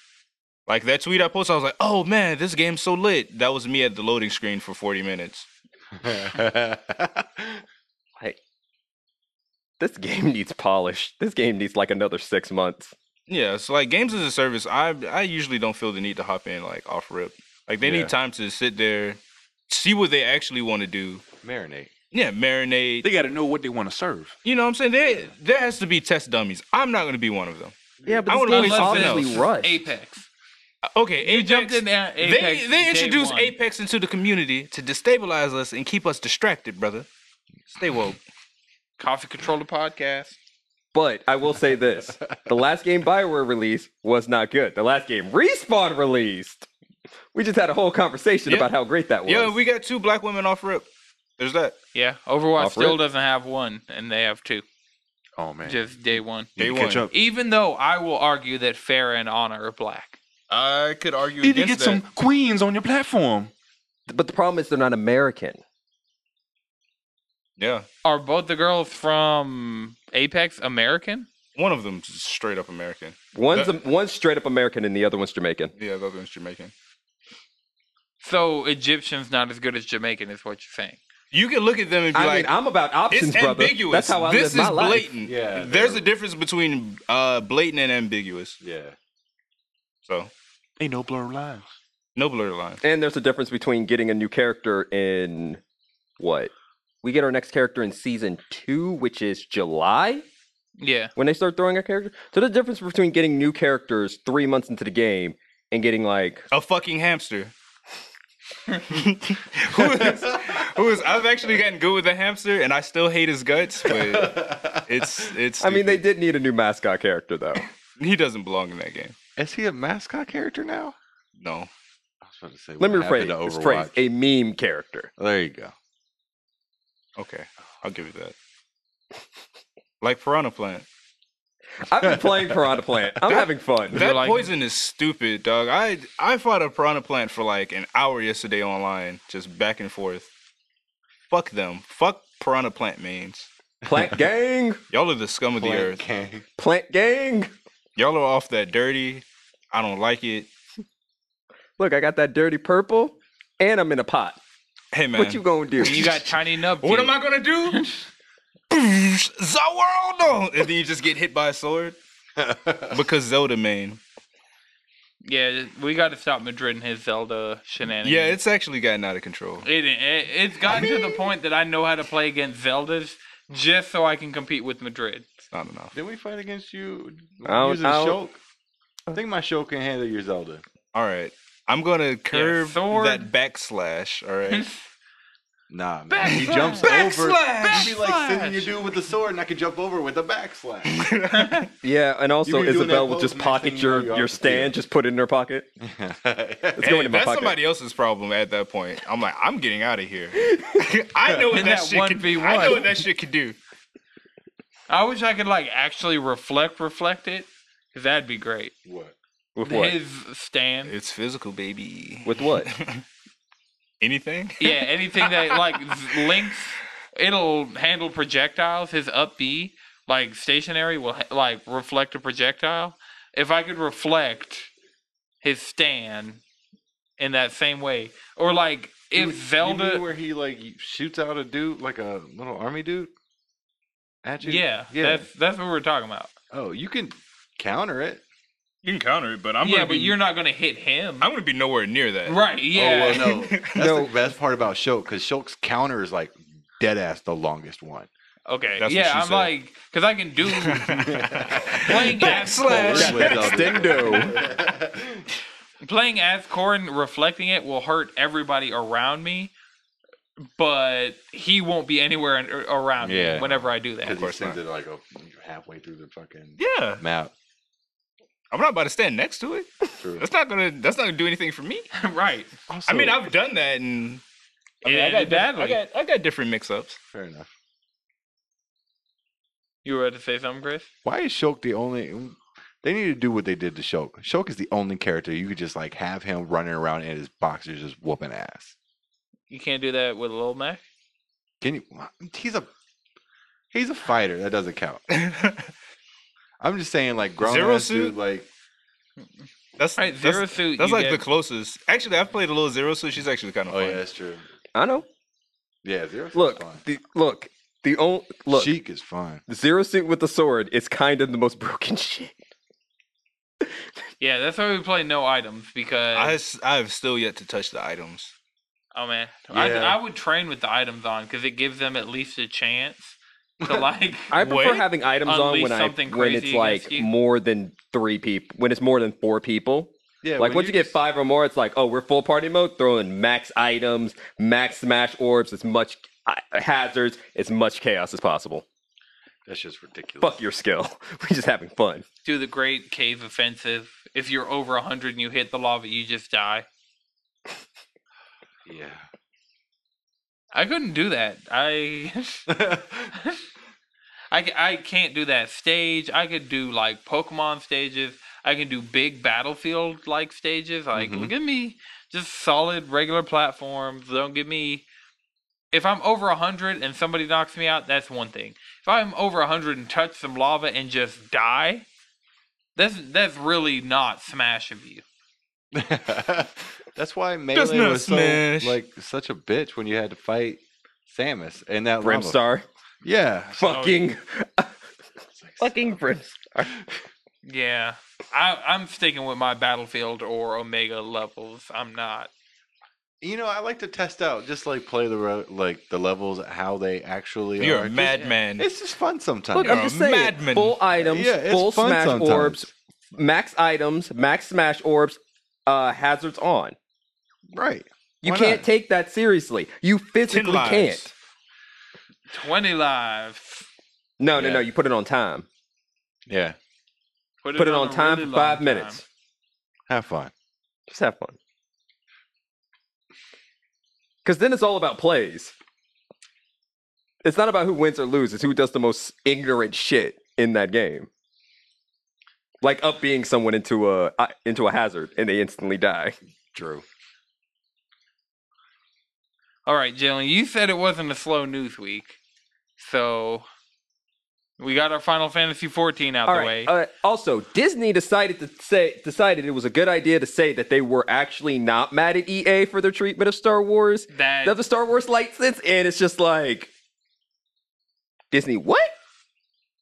Speaker 3: Like that tweet I posted, I was like, "Oh man, this game's so lit." That was me at the loading screen for forty minutes.
Speaker 5: This game needs polish. This game needs like another six months.
Speaker 3: Yeah, so like games as a service, I I usually don't feel the need to hop in like off rip. Like they
Speaker 4: Yeah.
Speaker 3: need time to sit there, see what they actually want to do.
Speaker 4: *laughs* Marinate.
Speaker 3: Yeah, marinate.
Speaker 6: They got to know what they want to serve.
Speaker 3: You know what I'm saying? There there has to be test dummies. I'm not gonna be one of them.
Speaker 5: Yeah,
Speaker 3: I
Speaker 5: but
Speaker 3: would've
Speaker 5: this game's
Speaker 3: played something
Speaker 5: obviously
Speaker 3: else.
Speaker 5: rushed.
Speaker 1: Apex.
Speaker 3: Uh, Okay,
Speaker 1: You jumped
Speaker 3: Apex.
Speaker 1: in there, Apex
Speaker 3: They
Speaker 1: day
Speaker 3: they introduced
Speaker 1: one.
Speaker 3: Apex into the community to destabilize us and keep us distracted, brother. Stay woke.
Speaker 1: Coffee Controller Podcast.
Speaker 5: But I will
Speaker 1: *laughs*
Speaker 5: say this: the last game Bioware released was not good. The last game Respawn released. We just had a whole conversation
Speaker 3: Yeah.
Speaker 5: about how great that was.
Speaker 3: Yeah, we got two black women off rip. There's that.
Speaker 1: Yeah, Overwatch
Speaker 5: Off
Speaker 1: still
Speaker 5: rip.
Speaker 1: doesn't have one, and they have two.
Speaker 4: Oh man.
Speaker 1: Just day one.
Speaker 3: Day
Speaker 6: Need to catch
Speaker 3: one.
Speaker 6: up.
Speaker 1: Even though I will argue that Farah and Honor are black.
Speaker 3: I could argue
Speaker 6: You need to
Speaker 3: against
Speaker 6: get
Speaker 3: that.
Speaker 6: some queens on your platform.
Speaker 5: but the problem is they're not American.
Speaker 3: Yeah,
Speaker 1: Are both the girls from Apex American?
Speaker 3: one of them's straight up American.
Speaker 5: One's
Speaker 3: That-
Speaker 5: a, one's straight up American and the other one's Jamaican.
Speaker 3: Yeah, the other one's Jamaican.
Speaker 1: So Egyptian's not as good as Jamaican, is what you're saying.
Speaker 3: You can look at them and be
Speaker 5: I
Speaker 3: like,
Speaker 5: mean, I'm about
Speaker 3: It's
Speaker 5: options, brother.
Speaker 3: ambiguous.
Speaker 5: That's how I
Speaker 3: this
Speaker 5: live my
Speaker 3: is
Speaker 5: life.
Speaker 3: blatant.
Speaker 4: Yeah,
Speaker 3: There's
Speaker 4: they're-
Speaker 3: a difference between uh, blatant and ambiguous.
Speaker 4: Yeah.
Speaker 3: So
Speaker 6: Ain't no blurred lines.
Speaker 3: no blur line.
Speaker 5: And there's a difference between getting a new character in what? We get our next character in season two, which is July
Speaker 1: Yeah.
Speaker 5: when they start throwing a character. So the difference between getting new characters three months into the game and getting like
Speaker 3: A fucking *laughs* hamster. who is, who is? I've actually gotten good with the hamster, and I still hate his guts. *laughs* But it's it's.
Speaker 5: I mean, they
Speaker 3: stupid.
Speaker 5: did need a new mascot
Speaker 3: *laughs*
Speaker 5: character though.
Speaker 3: He doesn't belong in that game.
Speaker 4: Is he a mascot character now?
Speaker 3: No.
Speaker 4: I was about to say.
Speaker 5: Let me
Speaker 4: what happened
Speaker 5: rephrase.
Speaker 4: to
Speaker 5: Let's phrase
Speaker 4: Overwatch?
Speaker 5: a meme character.
Speaker 4: There you go.
Speaker 3: Okay, I'll give you that. Like piranha plant.
Speaker 5: I've been playing Piranha Plant. I'm having fun.
Speaker 3: That
Speaker 1: like-
Speaker 3: poison is stupid, dog. I I fought a piranha plant for like an hour yesterday online, just back and forth. Fuck them. Fuck piranha plant mains.
Speaker 5: Plant gang,
Speaker 3: Y'all are the scum of the
Speaker 4: Blank
Speaker 3: earth.
Speaker 4: game.
Speaker 5: plant gang.
Speaker 3: Y'all are off that dirty. I don't like it.
Speaker 5: Look, I got that dirty purple, and I'm in a pot.
Speaker 3: Hey man. *laughs*
Speaker 5: What you gonna do?
Speaker 1: And you got Tiny Nub.
Speaker 3: what am
Speaker 1: Kid.
Speaker 3: I gonna do? Zelda! And then you just get hit by a sword because Zelda main.
Speaker 1: Yeah, we got to stop Madrid and his Zelda shenanigans.
Speaker 3: Yeah, it's actually gotten out of control.
Speaker 1: It, it it's gotten to the point that I know how to play against Zeldas just so I can compete with Madrid.
Speaker 3: It's not enough.
Speaker 4: Did we fight against you
Speaker 5: I'll-
Speaker 4: using
Speaker 5: I'll-
Speaker 4: Shulk? I think my Shulk can handle your Zelda.
Speaker 3: All right. I'm gonna curve
Speaker 1: sword.
Speaker 3: *laughs* that backslash. All right.
Speaker 4: Nah, man. He
Speaker 1: Backslash!
Speaker 4: jumps over.
Speaker 1: Backslash!
Speaker 4: You be like sending your
Speaker 1: Backslash!
Speaker 4: dude with the sword, and I could jump over with a backslash.
Speaker 5: Yeah, and also
Speaker 4: be doing that
Speaker 5: Isabel will
Speaker 4: pose,
Speaker 5: just
Speaker 4: next thing
Speaker 5: pocket
Speaker 4: you know,
Speaker 5: your
Speaker 4: you're off
Speaker 5: your
Speaker 4: the
Speaker 5: stand,
Speaker 4: field.
Speaker 5: just put it in her pocket. It's
Speaker 3: Hey,
Speaker 5: going in my
Speaker 3: that's
Speaker 5: pocket.
Speaker 3: somebody else's problem at that point. I'm like, I'm getting out of *laughs* here. I know what
Speaker 1: In
Speaker 3: that,
Speaker 1: that
Speaker 3: shit could, I
Speaker 1: 1v1.
Speaker 3: know what that shit could do.
Speaker 1: I wish I could like actually reflect reflect it. Cause that'd be great.
Speaker 4: what?
Speaker 5: With what?
Speaker 1: His stand.
Speaker 3: It's physical, baby.
Speaker 5: With what?
Speaker 3: Anything?
Speaker 1: Yeah, anything that like z- links, it'll handle projectiles. His up B, like stationary, will ha- like reflect a projectile. If I could reflect his stand in that same way, or like
Speaker 4: You mean-
Speaker 1: if Zelda,
Speaker 4: you mean where he like shoots out a dude like a little army dude at you.
Speaker 1: yeah,
Speaker 4: yeah.
Speaker 1: that's that's what we're talking about.
Speaker 4: oh, you can counter it.
Speaker 3: You can counter it, but I'm
Speaker 1: yeah,
Speaker 3: gonna
Speaker 1: but
Speaker 3: be,
Speaker 1: you're not gonna hit him,
Speaker 3: I'm gonna be nowhere near that.
Speaker 1: right? Yeah,
Speaker 4: Oh well, no. That's
Speaker 5: No.
Speaker 4: the best part about Shulk because Shulk's counter is like dead ass the longest one.
Speaker 1: *laughs* okay,
Speaker 3: That's what
Speaker 1: yeah.
Speaker 3: she
Speaker 1: I'm
Speaker 3: said.
Speaker 1: like, because I
Speaker 3: *laughs*
Speaker 1: can do playing as
Speaker 4: Works with
Speaker 5: Oh,
Speaker 4: Zelda.
Speaker 1: playing as Corin, reflecting it will hurt everybody around me, but he won't be anywhere in, er, around
Speaker 3: Yeah.
Speaker 1: me whenever I do that.
Speaker 4: Because these
Speaker 3: course
Speaker 4: things
Speaker 3: not.
Speaker 4: are like oh, you're halfway through the fucking
Speaker 3: Yeah,
Speaker 4: map.
Speaker 3: I'm not about to stand next to it.
Speaker 4: True.
Speaker 3: That's not gonna. That's not gonna do anything for me.
Speaker 1: *laughs* right.
Speaker 3: I mean, I've done that, and I, mean,
Speaker 1: Yeah,
Speaker 3: I got diff- I
Speaker 1: badly.
Speaker 3: got I got different mix-ups.
Speaker 4: Fair enough.
Speaker 1: You were about to say something, Chris?
Speaker 4: Why is Shulk the only? They need to do what they did to Shulk. Shulk is the only character you could just like have him running around in his boxers just whooping ass.
Speaker 1: You can't do that with Lil Mac?
Speaker 4: Can you? He's a he's a fighter. That doesn't
Speaker 3: *laughs*
Speaker 4: count. I'm just saying, like grown
Speaker 3: Zero
Speaker 4: ass dude,
Speaker 3: suit?
Speaker 4: like
Speaker 3: That's
Speaker 1: All right,
Speaker 3: that's,
Speaker 1: Zero Suit.
Speaker 3: that's
Speaker 1: you
Speaker 3: like
Speaker 1: get-
Speaker 3: the closest. Actually, I've played a little Zero Suit. She's actually kind of
Speaker 4: oh
Speaker 3: fun.
Speaker 4: yeah, that's true.
Speaker 5: I know.
Speaker 4: Yeah, zero suit's
Speaker 5: Look,
Speaker 4: fun.
Speaker 5: the look, the only look
Speaker 4: Sheik is fun.
Speaker 5: zero suit with the sword is kind of the most *laughs* broken shit.
Speaker 1: Yeah, that's why we play no items because.
Speaker 3: I s- I have still yet to touch the items.
Speaker 1: Oh man, I,
Speaker 4: Yeah.
Speaker 1: I would train with the items on because it gives them at least a chance
Speaker 3: *laughs*
Speaker 1: to like.
Speaker 5: I prefer
Speaker 3: What?
Speaker 5: having items on
Speaker 1: Unleash
Speaker 5: when I
Speaker 1: something
Speaker 5: when it's
Speaker 1: crazy
Speaker 5: like
Speaker 1: against you?
Speaker 5: more than three people when it's more than four people.
Speaker 4: Yeah,
Speaker 5: like
Speaker 4: when
Speaker 5: once you get five or more, it's like oh we're full party mode, throwing max items, max smash orbs, as much uh, hazards, as much chaos as possible.
Speaker 4: that's just ridiculous.
Speaker 5: Fuck your skill. *laughs* We're just having fun.
Speaker 1: do the Great Cave Offensive. If you're over 100 and you hit the lava, you just die.
Speaker 4: Yeah,
Speaker 1: I couldn't do that. I, *laughs* I, ca- I can't do that stage. I could do like Pokemon stages. I can do big battlefield like stages. Like,
Speaker 4: Mhm.
Speaker 1: give me just solid regular platforms. Don't give me. If I'm over 100 and somebody knocks me out, that's one thing. If I'm over 100 and touch some lava and just die, that's that's really not Smash of you.
Speaker 4: *laughs* that's why melee
Speaker 3: not
Speaker 4: was so
Speaker 3: Smash.
Speaker 4: like such a bitch when you had to fight Samus and that lava.
Speaker 5: Brimstar,
Speaker 4: *laughs* Yeah,
Speaker 5: Oh, fucking, fucking Brimstar.
Speaker 1: Yeah, I, I'm sticking with my Battlefield or Omega levels. I'm not.
Speaker 4: you know, I like to test out, just like play the ro- like the levels how they actually
Speaker 3: You're
Speaker 4: are.
Speaker 3: a
Speaker 4: Just-
Speaker 3: madman.
Speaker 4: It's just fun sometimes.
Speaker 5: Look, I'm
Speaker 3: You're
Speaker 5: just
Speaker 3: a
Speaker 5: saying,
Speaker 3: madman.
Speaker 5: full items,
Speaker 4: Yeah, it's
Speaker 5: full
Speaker 4: fun
Speaker 5: smash
Speaker 4: sometimes.
Speaker 5: orbs, max items, max smash orbs, uh, hazards on.
Speaker 4: right?
Speaker 5: You
Speaker 4: Why
Speaker 5: can't
Speaker 4: not?
Speaker 5: take that seriously. You
Speaker 3: Ten
Speaker 5: physically
Speaker 3: lives.
Speaker 5: can't.
Speaker 1: 20 lives.
Speaker 5: No, no,
Speaker 4: Yeah.
Speaker 5: no. You put it on time.
Speaker 4: Yeah,
Speaker 5: Put it on,
Speaker 1: a
Speaker 5: time
Speaker 1: really
Speaker 5: for five
Speaker 1: long
Speaker 5: minutes.
Speaker 1: time.
Speaker 4: have fun.
Speaker 5: Just have fun. Because then it's all about plays. It's not about who wins or loses. It's who does the most ignorant shit in that game. Like up being someone into a uh, into a hazard and they instantly die.
Speaker 4: True.
Speaker 1: All right, Jalen, you said it wasn't a slow news week. So we got our Final Fantasy 14 out
Speaker 5: All
Speaker 1: the
Speaker 5: right.
Speaker 1: way.
Speaker 5: Uh, also, Disney decided to say decided it was a good idea to say that they were actually not mad at EA for their treatment of Star Wars.
Speaker 1: that
Speaker 5: Another Star Wars license, and it's just like Disney. What?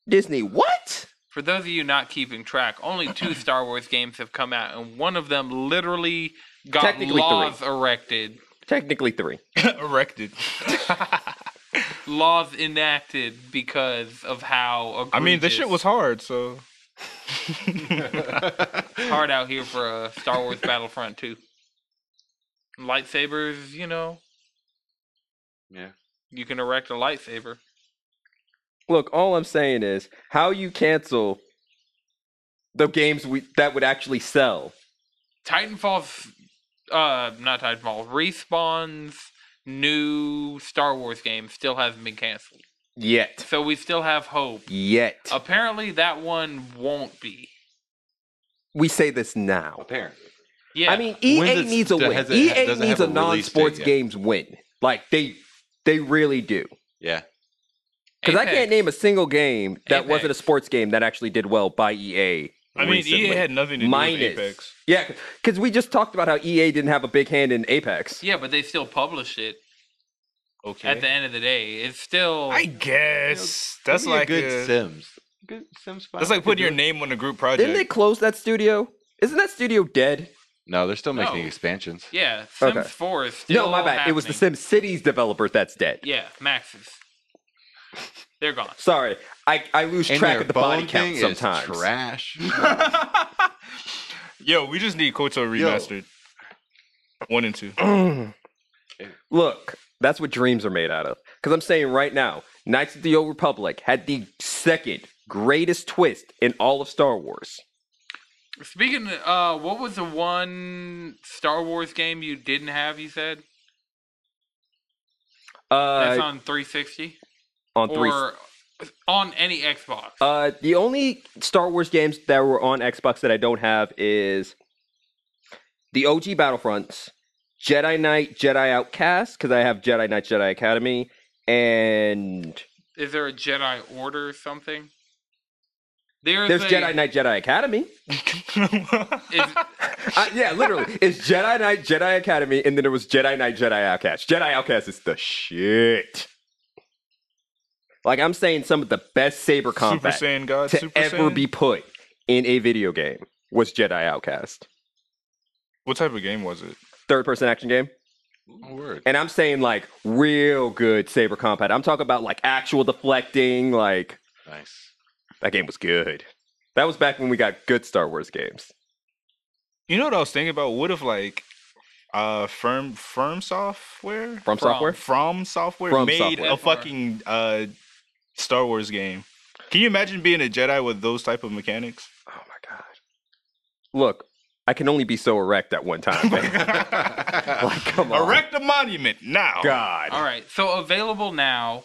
Speaker 5: Disney. What?
Speaker 1: for those of you not keeping track, only
Speaker 5: *coughs*
Speaker 1: two Star Wars games have come out, and one of them literally got
Speaker 5: Technically three.
Speaker 1: laws erected,
Speaker 5: Technically three.
Speaker 3: *laughs* Erected.
Speaker 1: laws enacted because of how.
Speaker 3: I mean, the shit
Speaker 1: egregious-
Speaker 3: was hard, so
Speaker 1: hard out here for uh, Star Wars Battlefront 2. Lightsabers, you know,
Speaker 4: Yeah.
Speaker 1: You can erect a lightsaber.
Speaker 5: Look, all I'm saying is how you cancel the games we that would actually sell.
Speaker 1: Titanfall's uh not Titanfall, Respawn's new Star Wars game still hasn't been canceled.
Speaker 5: Yet.
Speaker 1: So we still have hope.
Speaker 5: Yet.
Speaker 1: Apparently that one won't be.
Speaker 5: we say this now.
Speaker 4: Apparently.
Speaker 1: Yeah.
Speaker 5: I mean, EA
Speaker 4: When's it-
Speaker 5: needs a
Speaker 4: does-
Speaker 5: win.
Speaker 4: has it-
Speaker 5: EA
Speaker 4: does it
Speaker 5: needs a
Speaker 4: have a
Speaker 5: non
Speaker 4: release date
Speaker 5: sports
Speaker 4: yet?
Speaker 5: games win. Like they they really do.
Speaker 4: Yeah.
Speaker 5: Because I
Speaker 1: Apex.
Speaker 5: can't name a single game that wasn't a
Speaker 1: Apex.
Speaker 5: sports game that actually did well by E EA.
Speaker 3: I mean, EA
Speaker 5: recently.
Speaker 3: had nothing to do with
Speaker 5: Minus.
Speaker 3: Apex.
Speaker 5: Yeah, because we just talked about how EA didn't have a big hand in Apex.
Speaker 1: Yeah, but they still publish it
Speaker 3: Okay.
Speaker 1: at the end of the day. It's still
Speaker 3: I guess that's
Speaker 4: Give me a
Speaker 3: like
Speaker 4: good
Speaker 3: uh,
Speaker 4: Sims. Good Sims.
Speaker 3: that's like putting your name on a group project.
Speaker 5: Didn't they close that studio? Isn't that studio dead?
Speaker 4: No, they're still making
Speaker 1: No.
Speaker 4: expansions.
Speaker 1: Yeah, Sims
Speaker 5: Okay.
Speaker 1: 4 is still
Speaker 5: no, my bad. It was the
Speaker 1: happening.
Speaker 5: Sim Cities developer that's dead.
Speaker 1: Yeah, Max's. They're gone.
Speaker 5: Sorry, I, I lose
Speaker 4: And
Speaker 5: track
Speaker 4: their
Speaker 5: of the body
Speaker 4: phone
Speaker 5: count
Speaker 4: thing is *laughs*
Speaker 5: sometimes.
Speaker 4: Trash.
Speaker 3: Yo, we just need Koto remastered. One and two.
Speaker 5: Look, that's what dreams are made out of. Because I'm saying right now, Knights of the Old Republic had the second greatest twist in all of Star Wars.
Speaker 1: Speaking uh what was the one Star Wars game you didn't have you said? That's
Speaker 5: Uh,
Speaker 1: on 360
Speaker 5: on three.
Speaker 1: or on any Xbox.
Speaker 5: Uh, the only Star Wars games that were on Xbox that I don't have is the OG Battlefronts, Jedi Knight, Jedi Outcast, because I have Jedi Knight, Jedi Academy, and
Speaker 1: Is there a Jedi Order or something? There's,
Speaker 5: there's
Speaker 1: a,
Speaker 5: Jedi Knight, Jedi Academy.
Speaker 1: is-
Speaker 5: I, yeah,
Speaker 3: *laughs*
Speaker 5: literally, it's Jedi Knight, Jedi Academy, and then there was Jedi Knight, Jedi Outcast. Jedi Outcast is the shit. Like I'm saying, some of the best saber
Speaker 3: Super
Speaker 5: combat
Speaker 3: Saiyan God.
Speaker 5: to
Speaker 3: Super
Speaker 5: ever
Speaker 3: Saiyan?
Speaker 5: be put in a video game was Jedi Outcast,
Speaker 3: What type of game was it?
Speaker 5: third person action game.
Speaker 4: Oh, word.
Speaker 5: And I'm saying like real good saber combat. I'm talking about like actual deflecting. Like
Speaker 4: Nice.
Speaker 5: that game was good. That was back when we got good Star Wars games.
Speaker 3: You know what I was thinking about? What if like uh firm firm software
Speaker 1: From.
Speaker 5: From, software,
Speaker 3: from software
Speaker 5: From
Speaker 3: made
Speaker 5: Software.
Speaker 3: a fucking uh Star Wars game? Can you imagine being a Jedi with those type of mechanics?
Speaker 5: Oh my god. Look, I can only be so erect at one
Speaker 1: *laughs*
Speaker 5: time. man. like, come on.
Speaker 3: Erect a monument now.
Speaker 5: God.
Speaker 1: All right. So available now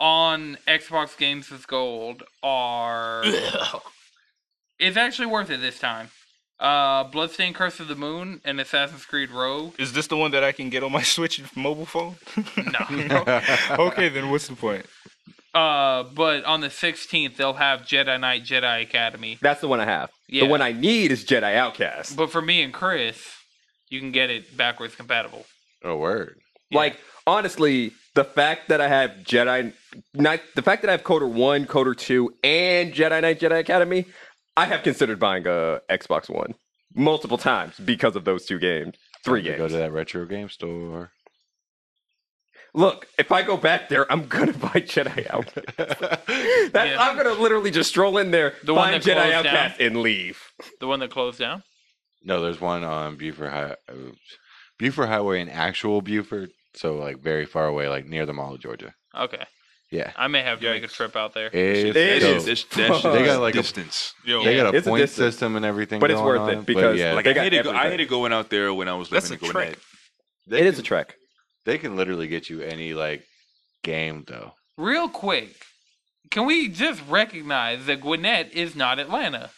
Speaker 1: on Xbox Games with Gold
Speaker 5: *coughs*
Speaker 1: are It's actually worth it this time. Uh Bloodstained Curse of the Moon and Assassin's Creed Rogue.
Speaker 3: Is this the one that I can get on my *laughs* Switch mobile
Speaker 5: *laughs*
Speaker 3: phone?
Speaker 1: No.
Speaker 4: *laughs*
Speaker 3: okay, then what's the point?
Speaker 1: uh but on the 16th they'll have Jedi Knight Jedi Academy.
Speaker 5: That's the one I have.
Speaker 1: Yeah.
Speaker 5: The one I need is Jedi Outcast.
Speaker 1: But for me and Chris, you can get it backwards compatible.
Speaker 4: Oh, word.
Speaker 1: Yeah.
Speaker 5: Like, honestly, the fact that I have Jedi Knight, the fact that I have Coder 1, Coder 2, and Jedi Knight Jedi Academy, I have considered buying a Xbox One multiple times because of those two games. Three
Speaker 4: Time to Go
Speaker 5: games.
Speaker 4: to that retro game
Speaker 5: *laughs*
Speaker 4: store.
Speaker 5: Look, if I go back there, I'm gonna *laughs* buy Jedi Outcast. That,
Speaker 1: Yeah.
Speaker 5: I'm gonna literally just stroll in there,
Speaker 1: The one
Speaker 5: find
Speaker 1: that
Speaker 5: Jedi
Speaker 1: closed down?
Speaker 5: Outcast, and leave.
Speaker 1: The one that closed down?
Speaker 4: no, there's one on Buford High. oops. Buford Highway in actual Buford. So, like, very far away, like near the Mall of Georgia.
Speaker 1: Okay.
Speaker 4: Yeah.
Speaker 1: I may have to make a
Speaker 3: Yikes.
Speaker 1: trip out there.
Speaker 4: It's
Speaker 5: It
Speaker 4: dope.
Speaker 5: is.
Speaker 6: That's- that's-
Speaker 5: They
Speaker 4: got, like, a-
Speaker 6: distance.
Speaker 3: Yo,
Speaker 4: They got a
Speaker 5: It's a
Speaker 4: point
Speaker 5: distance.
Speaker 4: system and everything.
Speaker 5: But it's
Speaker 4: going
Speaker 5: worth it
Speaker 4: on, but
Speaker 5: because,
Speaker 4: yeah,
Speaker 5: like,
Speaker 6: I
Speaker 5: They got
Speaker 6: hated, go, I
Speaker 5: everything.
Speaker 6: hated going out there when I was
Speaker 3: That's
Speaker 6: living in
Speaker 3: a
Speaker 6: Gwinnett.
Speaker 4: they
Speaker 5: It is a
Speaker 4: can-
Speaker 5: trek.
Speaker 4: They can literally get you any like game though.
Speaker 1: Real quick, can we just recognize that Gwinnett is not Atlanta?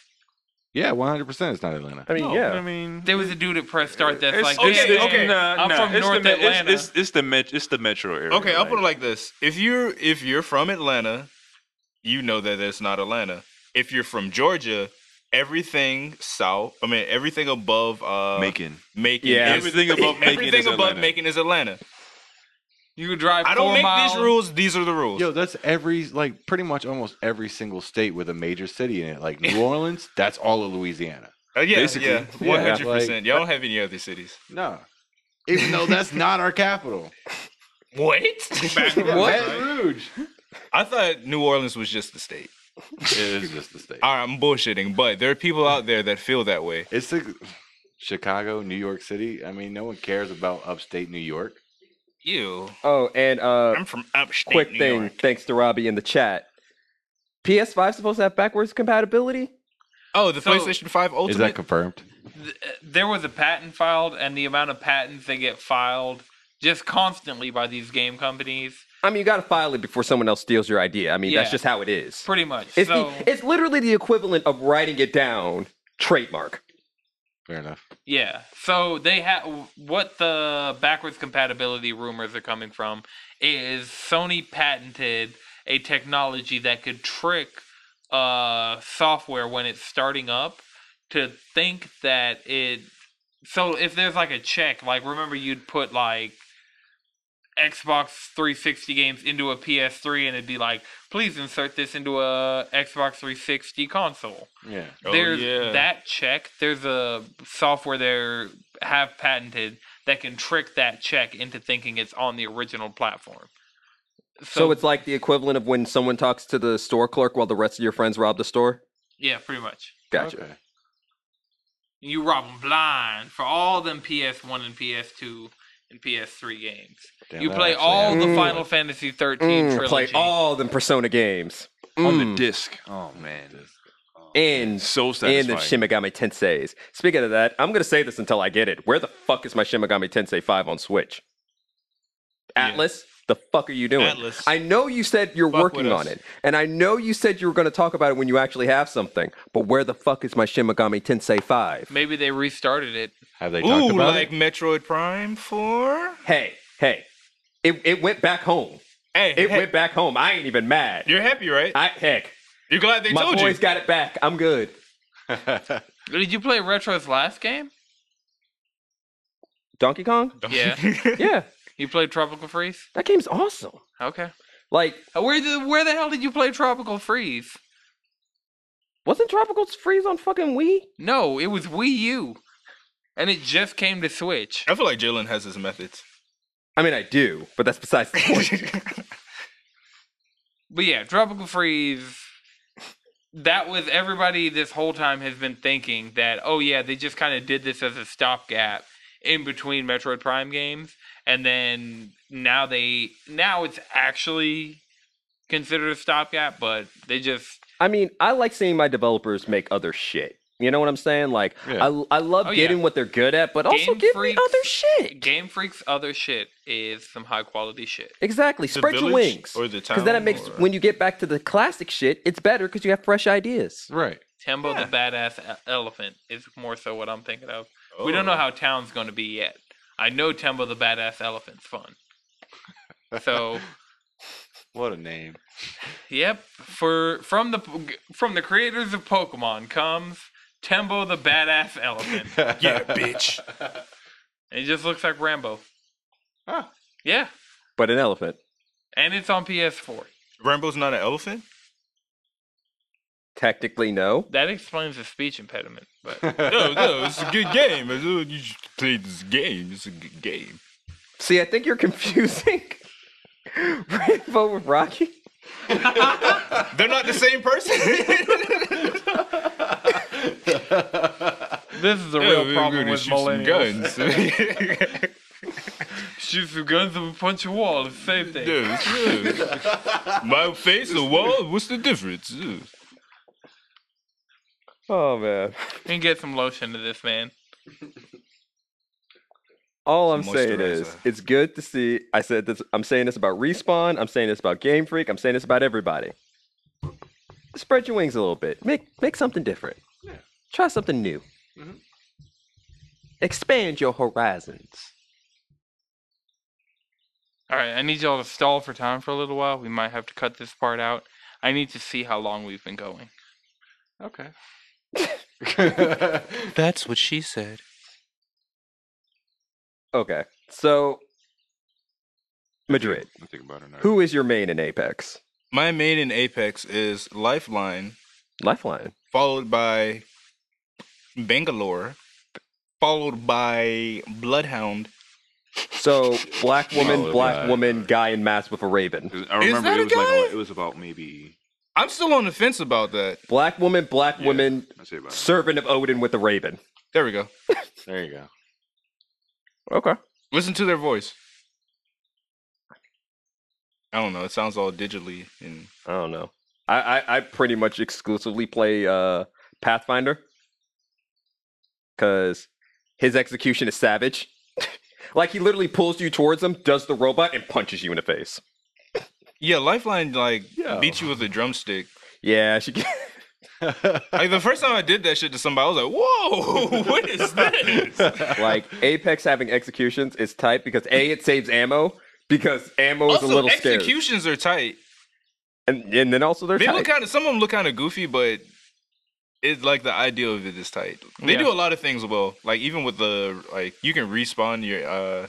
Speaker 4: Yeah, one hundred percent. It's not Atlanta.
Speaker 5: I mean,
Speaker 6: No,
Speaker 5: yeah.
Speaker 6: I mean,
Speaker 1: There was a dude at Press Start that's
Speaker 6: it's,
Speaker 1: like,
Speaker 6: it's,
Speaker 1: "Yeah,
Speaker 6: it's,
Speaker 1: okay,
Speaker 6: nah,
Speaker 1: I'm
Speaker 6: nah,
Speaker 1: from
Speaker 6: it's
Speaker 1: North
Speaker 6: the, me- it's-
Speaker 1: Atlanta.
Speaker 6: It's, it's the met, it's the metro area.
Speaker 3: Okay, I'll put it
Speaker 6: like,
Speaker 3: like this: if you're if you're from Atlanta, you know that it's not Atlanta. If you're from Georgia, everything south, I mean everything above uh,
Speaker 6: Macon.
Speaker 3: Macon
Speaker 5: Yeah.
Speaker 3: is-
Speaker 6: Everything
Speaker 3: *laughs*
Speaker 6: above Macon
Speaker 3: everything
Speaker 6: is
Speaker 3: above
Speaker 6: Atlanta.
Speaker 3: Macon is Atlanta.
Speaker 1: you could drive
Speaker 3: I don't
Speaker 1: four
Speaker 3: make
Speaker 1: miles.
Speaker 3: these rules; these are the rules.
Speaker 4: Yo, that's every like pretty much almost every single state with a major city in it. Like
Speaker 5: *laughs*
Speaker 4: New Orleans, that's all of Louisiana.
Speaker 3: Uh, yeah,
Speaker 6: basically,
Speaker 3: yeah,
Speaker 4: yeah,
Speaker 3: one hundred
Speaker 4: like-
Speaker 3: percent. Y'all don't have any other cities.
Speaker 4: No. Even though
Speaker 5: *laughs*
Speaker 4: that's not our capital.
Speaker 3: *laughs* What?
Speaker 4: Baton Rouge.
Speaker 3: *laughs* I thought New Orleans was just the state.
Speaker 4: It is just the state.
Speaker 3: All right, I'm bullshitting, but there are people out there that feel that way.
Speaker 4: It's the Chicago, New York City. I mean, no one cares about upstate New York.
Speaker 3: Ew.
Speaker 5: Oh, and uh,
Speaker 3: I'm from upstate
Speaker 5: quick
Speaker 3: New
Speaker 5: thing,
Speaker 3: York.
Speaker 5: thanks to Robbie in the chat. PS5 supposed to have backwards compatibility?
Speaker 3: Oh, the
Speaker 1: So-
Speaker 3: PlayStation 5 Ultimate.
Speaker 4: Is that confirmed?
Speaker 1: th- *laughs* there was a patent filed, and the amount of patents that get filed just constantly by these game companies,
Speaker 5: I mean, you got to file it before someone else steals your idea. I mean, that's
Speaker 1: Yeah.
Speaker 5: just how it is.
Speaker 1: pretty much.
Speaker 5: It's,
Speaker 1: so
Speaker 5: the, it's literally the equivalent of writing it down trademark.
Speaker 4: Fair enough.
Speaker 1: yeah, so they have what the backwards compatibility rumors are coming from is Sony patented a technology that could trick uh, software when it's starting up to think that it. So if there's like a check, like remember you'd put like Xbox 360 games into a PS3 and it'd be like, please insert this into a Xbox 360 console.
Speaker 4: Yeah.
Speaker 3: Oh,
Speaker 1: there's
Speaker 3: yeah.
Speaker 1: that check. There's a software they have patented that can trick that check into thinking it's on the original platform.
Speaker 5: So, it's like the equivalent of when someone talks to the store clerk while the rest of your friends rob the store.
Speaker 1: yeah, pretty much.
Speaker 5: Gotcha.
Speaker 4: Okay.
Speaker 1: You rob them blind for all them PS1 and PS2 and PS3 games.
Speaker 4: Damn,
Speaker 1: you
Speaker 4: that
Speaker 1: play
Speaker 4: actually
Speaker 1: all
Speaker 4: happened.
Speaker 1: the
Speaker 5: Mm.
Speaker 1: Final Fantasy 13
Speaker 5: Mm,
Speaker 1: trilogy.
Speaker 5: play all them Persona games.
Speaker 6: on the
Speaker 5: Mm.
Speaker 6: disc. Oh man,
Speaker 5: and
Speaker 6: so
Speaker 5: and the
Speaker 6: satisfying.
Speaker 5: Shin Megami Tensei's. Speaking of that, I'm gonna say this until I get it. Where the fuck is my Shin Megami Tensei 5 on Switch?
Speaker 3: Yeah.
Speaker 5: Atlas, the fuck are you doing?
Speaker 3: Atlas.
Speaker 5: I know you said you're
Speaker 3: Fuck
Speaker 5: working
Speaker 3: with
Speaker 5: on
Speaker 3: us.
Speaker 5: it, and I know you said you were gonna talk about it when you actually have something. But where the fuck is my Shin Megami Tensei 5?
Speaker 1: Maybe they restarted it.
Speaker 4: Have they talked
Speaker 3: Ooh,
Speaker 4: about
Speaker 3: like
Speaker 4: it?
Speaker 3: Metroid Prime 4?
Speaker 5: Hey, hey, it it went back home.
Speaker 3: Hey,
Speaker 5: It
Speaker 3: hey,
Speaker 5: went back home. I ain't even mad.
Speaker 3: you're happy, right?
Speaker 5: I heck,
Speaker 3: You're glad they
Speaker 5: my
Speaker 3: told you.
Speaker 5: boys got it back. I'm good.
Speaker 1: Did you play Retro's last game?
Speaker 3: *laughs*
Speaker 5: Donkey Kong?
Speaker 1: Yeah.
Speaker 5: Yeah,
Speaker 1: You played Tropical Freeze?
Speaker 5: that game's awesome.
Speaker 1: Okay.
Speaker 5: Like
Speaker 1: Uh, Where the, where the hell did you play Tropical Freeze?
Speaker 5: Wasn't Tropical Freeze on fucking Wii?
Speaker 1: No, it was Wii U. And it just came to Switch.
Speaker 3: I feel like Jalen has his
Speaker 5: *laughs*
Speaker 3: methods.
Speaker 5: I mean, I do, but that's besides the
Speaker 1: *laughs*
Speaker 5: point.
Speaker 1: But yeah, Tropical Freeze. That was everybody this whole time has been thinking that, oh yeah, they just kind of did this as a stopgap in between Metroid Prime games. And then now they. Now it's actually considered a stopgap, but they just.
Speaker 5: I mean, I like seeing my developers make other shit. You know what I'm saying? Like,
Speaker 4: Yeah.
Speaker 5: I, I love
Speaker 1: Oh, yeah.
Speaker 5: getting what they're good at, but also
Speaker 1: Game
Speaker 5: give
Speaker 1: Freak's-
Speaker 5: me other shit.
Speaker 1: Game Freak's other shit is some high quality shit.
Speaker 5: Exactly.
Speaker 3: The
Speaker 5: Spread your
Speaker 3: village
Speaker 5: wings.
Speaker 3: Or the town.
Speaker 5: Because then it makes,
Speaker 3: or-
Speaker 5: when you get back to the classic shit, it's better because you have fresh ideas.
Speaker 4: *laughs* right.
Speaker 1: Tembo the badass e- elephant is more so what I'm thinking of. We don't know
Speaker 3: Oh.
Speaker 1: how town's going to be yet. I know Tembo the badass elephant's
Speaker 3: *laughs*
Speaker 1: fun. So,
Speaker 4: What a name.
Speaker 1: yep, for from the p- from the creators of Pokemon comes Tembo the badass elephant.
Speaker 3: Yeah, *laughs* bitch.
Speaker 1: And he just looks like Rambo.
Speaker 4: Huh.
Speaker 1: Yeah,
Speaker 5: But an elephant.
Speaker 1: and it's on PS4.
Speaker 3: Rambo's not an elephant?
Speaker 5: Technically, no.
Speaker 1: That explains the speech impediment, but
Speaker 3: *laughs* No, no, it's a good game. I thought You should play this game. It's a good game.
Speaker 5: See, I think you're *laughs* confusing Rainbow with Rocky.
Speaker 3: They're not the same *laughs* person.
Speaker 1: this is the
Speaker 3: Yeah,
Speaker 1: real
Speaker 3: we're
Speaker 1: problem
Speaker 3: gonna
Speaker 1: with
Speaker 3: shoot some
Speaker 1: millennials.
Speaker 3: guns. *laughs* Dude,
Speaker 1: Shoot some guns and punch a wall. It's the same thing.
Speaker 3: dude. My face, the wall. What's the difference? Dude.
Speaker 5: Oh, man.
Speaker 1: We can get some lotion to this man.
Speaker 5: All I'm
Speaker 3: Some
Speaker 5: saying is,
Speaker 3: moisturizer.
Speaker 5: it's good to see. I said this. I'm saying this about respawn. I'm saying this about Game Freak. I'm saying this about everybody. Spread your wings a little bit. Make make something different. Try something new.
Speaker 4: Mhm.
Speaker 5: Expand your horizons.
Speaker 1: All right, I need y'all to stall for time for a little while. We might have to cut this part out. I need to see how long we've been going.
Speaker 4: Okay. *laughs*
Speaker 3: That's what she said.
Speaker 5: Okay, so Madrid.
Speaker 6: I think about it now.
Speaker 5: Who is your main in Apex?
Speaker 3: My main in Apex is Lifeline,
Speaker 5: Lifeline.
Speaker 3: followed by Bangalore, followed by Bloodhound.
Speaker 5: So black woman,
Speaker 6: Oh,
Speaker 5: black
Speaker 6: right,
Speaker 5: woman, guy in mask with a raven.
Speaker 6: 'Cause I
Speaker 3: Is
Speaker 6: remember
Speaker 3: that
Speaker 6: it
Speaker 3: a
Speaker 6: was like
Speaker 3: guy?
Speaker 6: a- it was about maybe.
Speaker 3: I'm still on the fence about that.
Speaker 5: Black woman, black
Speaker 6: Yeah.
Speaker 5: woman,
Speaker 6: I say about. it.
Speaker 5: servant of Odin with a raven.
Speaker 3: There we go.
Speaker 4: there you go.
Speaker 5: Okay.
Speaker 3: Listen to their voice. I don't know. It sounds all digitally and
Speaker 5: I don't know. I, I, I pretty much exclusively play uh, Pathfinder because his execution is savage. *laughs* like he literally pulls you towards him, does the robot, and punches you in the face.
Speaker 3: yeah, Lifeline like
Speaker 4: Yeah.
Speaker 3: beat you with a drumstick.
Speaker 5: Yeah, she.
Speaker 3: Like the first time I did that shit to somebody, I was like, "Whoa, *laughs* what
Speaker 5: *laughs*
Speaker 3: is this?" *laughs*
Speaker 5: *laughs* like Apex having executions is tight because a it saves ammo because ammo is
Speaker 3: also,
Speaker 5: a little scary,
Speaker 3: executions are tight.
Speaker 5: and, and then also they're
Speaker 3: They
Speaker 5: tight.
Speaker 3: look kind of. Some of them look kind of goofy, but it's like the idea of it is tight. They
Speaker 1: Yeah.
Speaker 3: do a lot of things well. Like even with the like, you can respawn your uh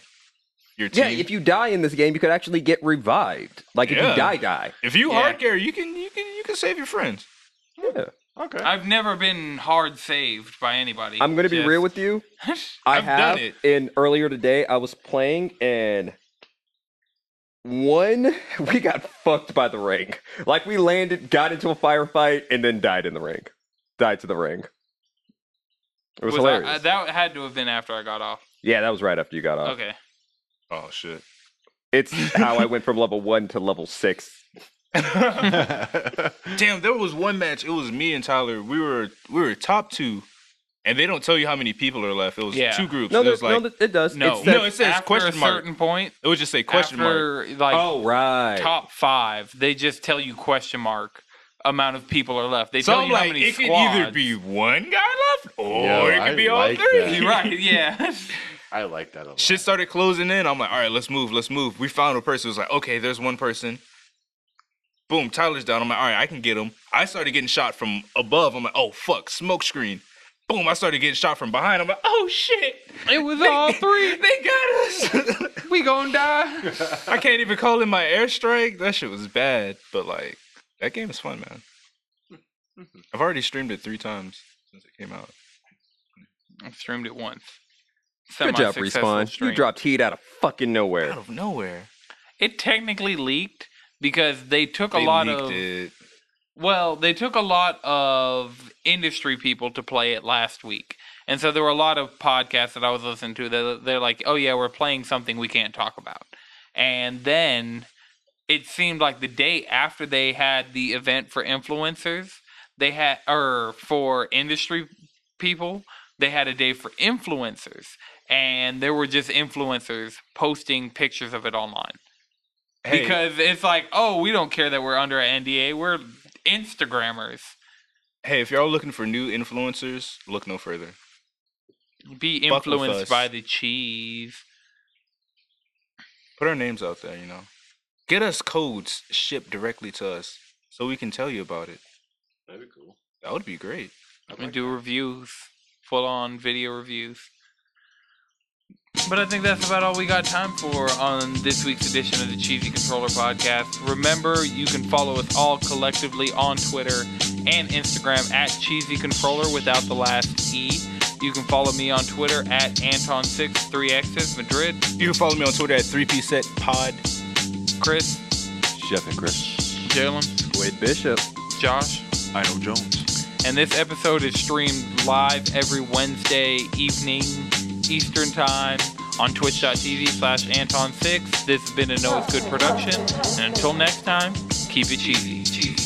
Speaker 3: your team.
Speaker 5: yeah, if you die in this game, you could actually get revived. Like if
Speaker 3: Yeah.
Speaker 5: you die, die.
Speaker 3: If you
Speaker 1: Yeah.
Speaker 3: hardcore, you can you can you can save your friends.
Speaker 5: Yeah.
Speaker 4: okay.
Speaker 1: I've never been hard saved by anybody.
Speaker 5: I'm gonna be
Speaker 1: Just-
Speaker 5: real with you. I
Speaker 3: I've done
Speaker 5: have.
Speaker 3: it.
Speaker 5: And earlier today, I was playing and one *laughs* we got fucked by the ring. Like we landed, got into a firefight, and then died in the ring. Died to the ring. It was,
Speaker 1: Was I-
Speaker 5: hilarious. Uh,
Speaker 1: uh, that had to have been after I got off.
Speaker 5: yeah, that was right after you got off.
Speaker 1: Okay.
Speaker 3: Oh shit!
Speaker 1: *laughs*
Speaker 5: It's how I went from level one to level six.
Speaker 3: Damn, there was one match. It was me and Tyler. We were we were top two, and they don't tell you how many people are left. It was
Speaker 1: Yeah.
Speaker 3: two groups.
Speaker 5: No,
Speaker 3: it
Speaker 5: there,
Speaker 3: was like
Speaker 5: no, it does.
Speaker 1: No,
Speaker 5: It says-
Speaker 3: No, it says
Speaker 1: after
Speaker 3: question
Speaker 1: a
Speaker 3: mark.
Speaker 1: certain point.
Speaker 3: it would just say question mark.
Speaker 1: after, Like
Speaker 5: oh right.
Speaker 1: top five, they just tell you question mark amount of people are left. They
Speaker 3: So
Speaker 1: tell
Speaker 3: I'm
Speaker 1: you how
Speaker 3: like,
Speaker 1: many
Speaker 3: it could
Speaker 1: squads.
Speaker 3: either be one guy left, or
Speaker 4: Yo,
Speaker 3: it could
Speaker 4: I
Speaker 3: be all
Speaker 4: like
Speaker 3: three.
Speaker 4: that.
Speaker 1: You're *laughs* right. Yeah.
Speaker 4: I like that a lot.
Speaker 3: *laughs* Shit started closing in. I'm like, all right, let's move, let's move. We found a person. It was like, okay, there's one person. Boom, Tyler's down. I'm like, all right, I can get him. I started getting shot from above. I'm like, oh fuck, smoke screen. Boom, I started getting shot from behind. I'm like, oh shit,
Speaker 1: it was *laughs* all three.
Speaker 3: they got us.
Speaker 1: We gonna die.
Speaker 3: I can't even call it my airstrike. That shit was bad, but like that game is fun, man.
Speaker 1: Mm-hmm.
Speaker 3: I've already streamed it three times since it came out.
Speaker 1: I streamed it once.
Speaker 5: Good job,
Speaker 1: Semi-successful
Speaker 5: respawn.
Speaker 1: stream.
Speaker 5: You dropped heat out of fucking nowhere.
Speaker 3: Out of nowhere,
Speaker 1: It technically leaked because they took
Speaker 3: they
Speaker 1: a lot
Speaker 3: leaked
Speaker 1: of
Speaker 3: it.
Speaker 1: Well, they took a lot of industry people to play it last week. And so there were a lot of podcasts that I was listening to that they're like, oh, yeah, we're playing something we can't talk about. And then it seemed like the day after they had the event for influencers, they had, or for industry people, they had a day for influencers. And there were just influencers posting pictures of it online
Speaker 3: Hey,
Speaker 1: because it's like, oh, we don't care that we're under an NDA. We're Instagrammers.
Speaker 3: hey, if y'all looking for new influencers, look no further.
Speaker 1: Be
Speaker 3: Fuck with us.
Speaker 1: influenced by the cheese.
Speaker 3: Put our names out there, you know. Get us codes shipped directly to us so we can tell you about it.
Speaker 4: That'd be cool.
Speaker 3: That would be great.
Speaker 4: I'd
Speaker 1: and
Speaker 4: like
Speaker 1: do reviews, full on video reviews. But I think that's about all we got time for on this week's edition of the Cheesy Controller Podcast. Remember, you can follow us all collectively on Twitter and Instagram at Cheesy Controller without the last E. You can follow me on Twitter at Anton63Xs Madrid.
Speaker 3: You can follow me on Twitter at 3psetpod.
Speaker 1: Chris,
Speaker 2: Chef and Chris.
Speaker 1: Jalen.
Speaker 5: Wade Bishop.
Speaker 1: Josh.
Speaker 2: I know Jones.
Speaker 1: And this episode is streamed live every Wednesday evening, Eastern Time, on twitch.tv slash Anton6. This has been a Noah's Good production. And until next time, keep it cheesy.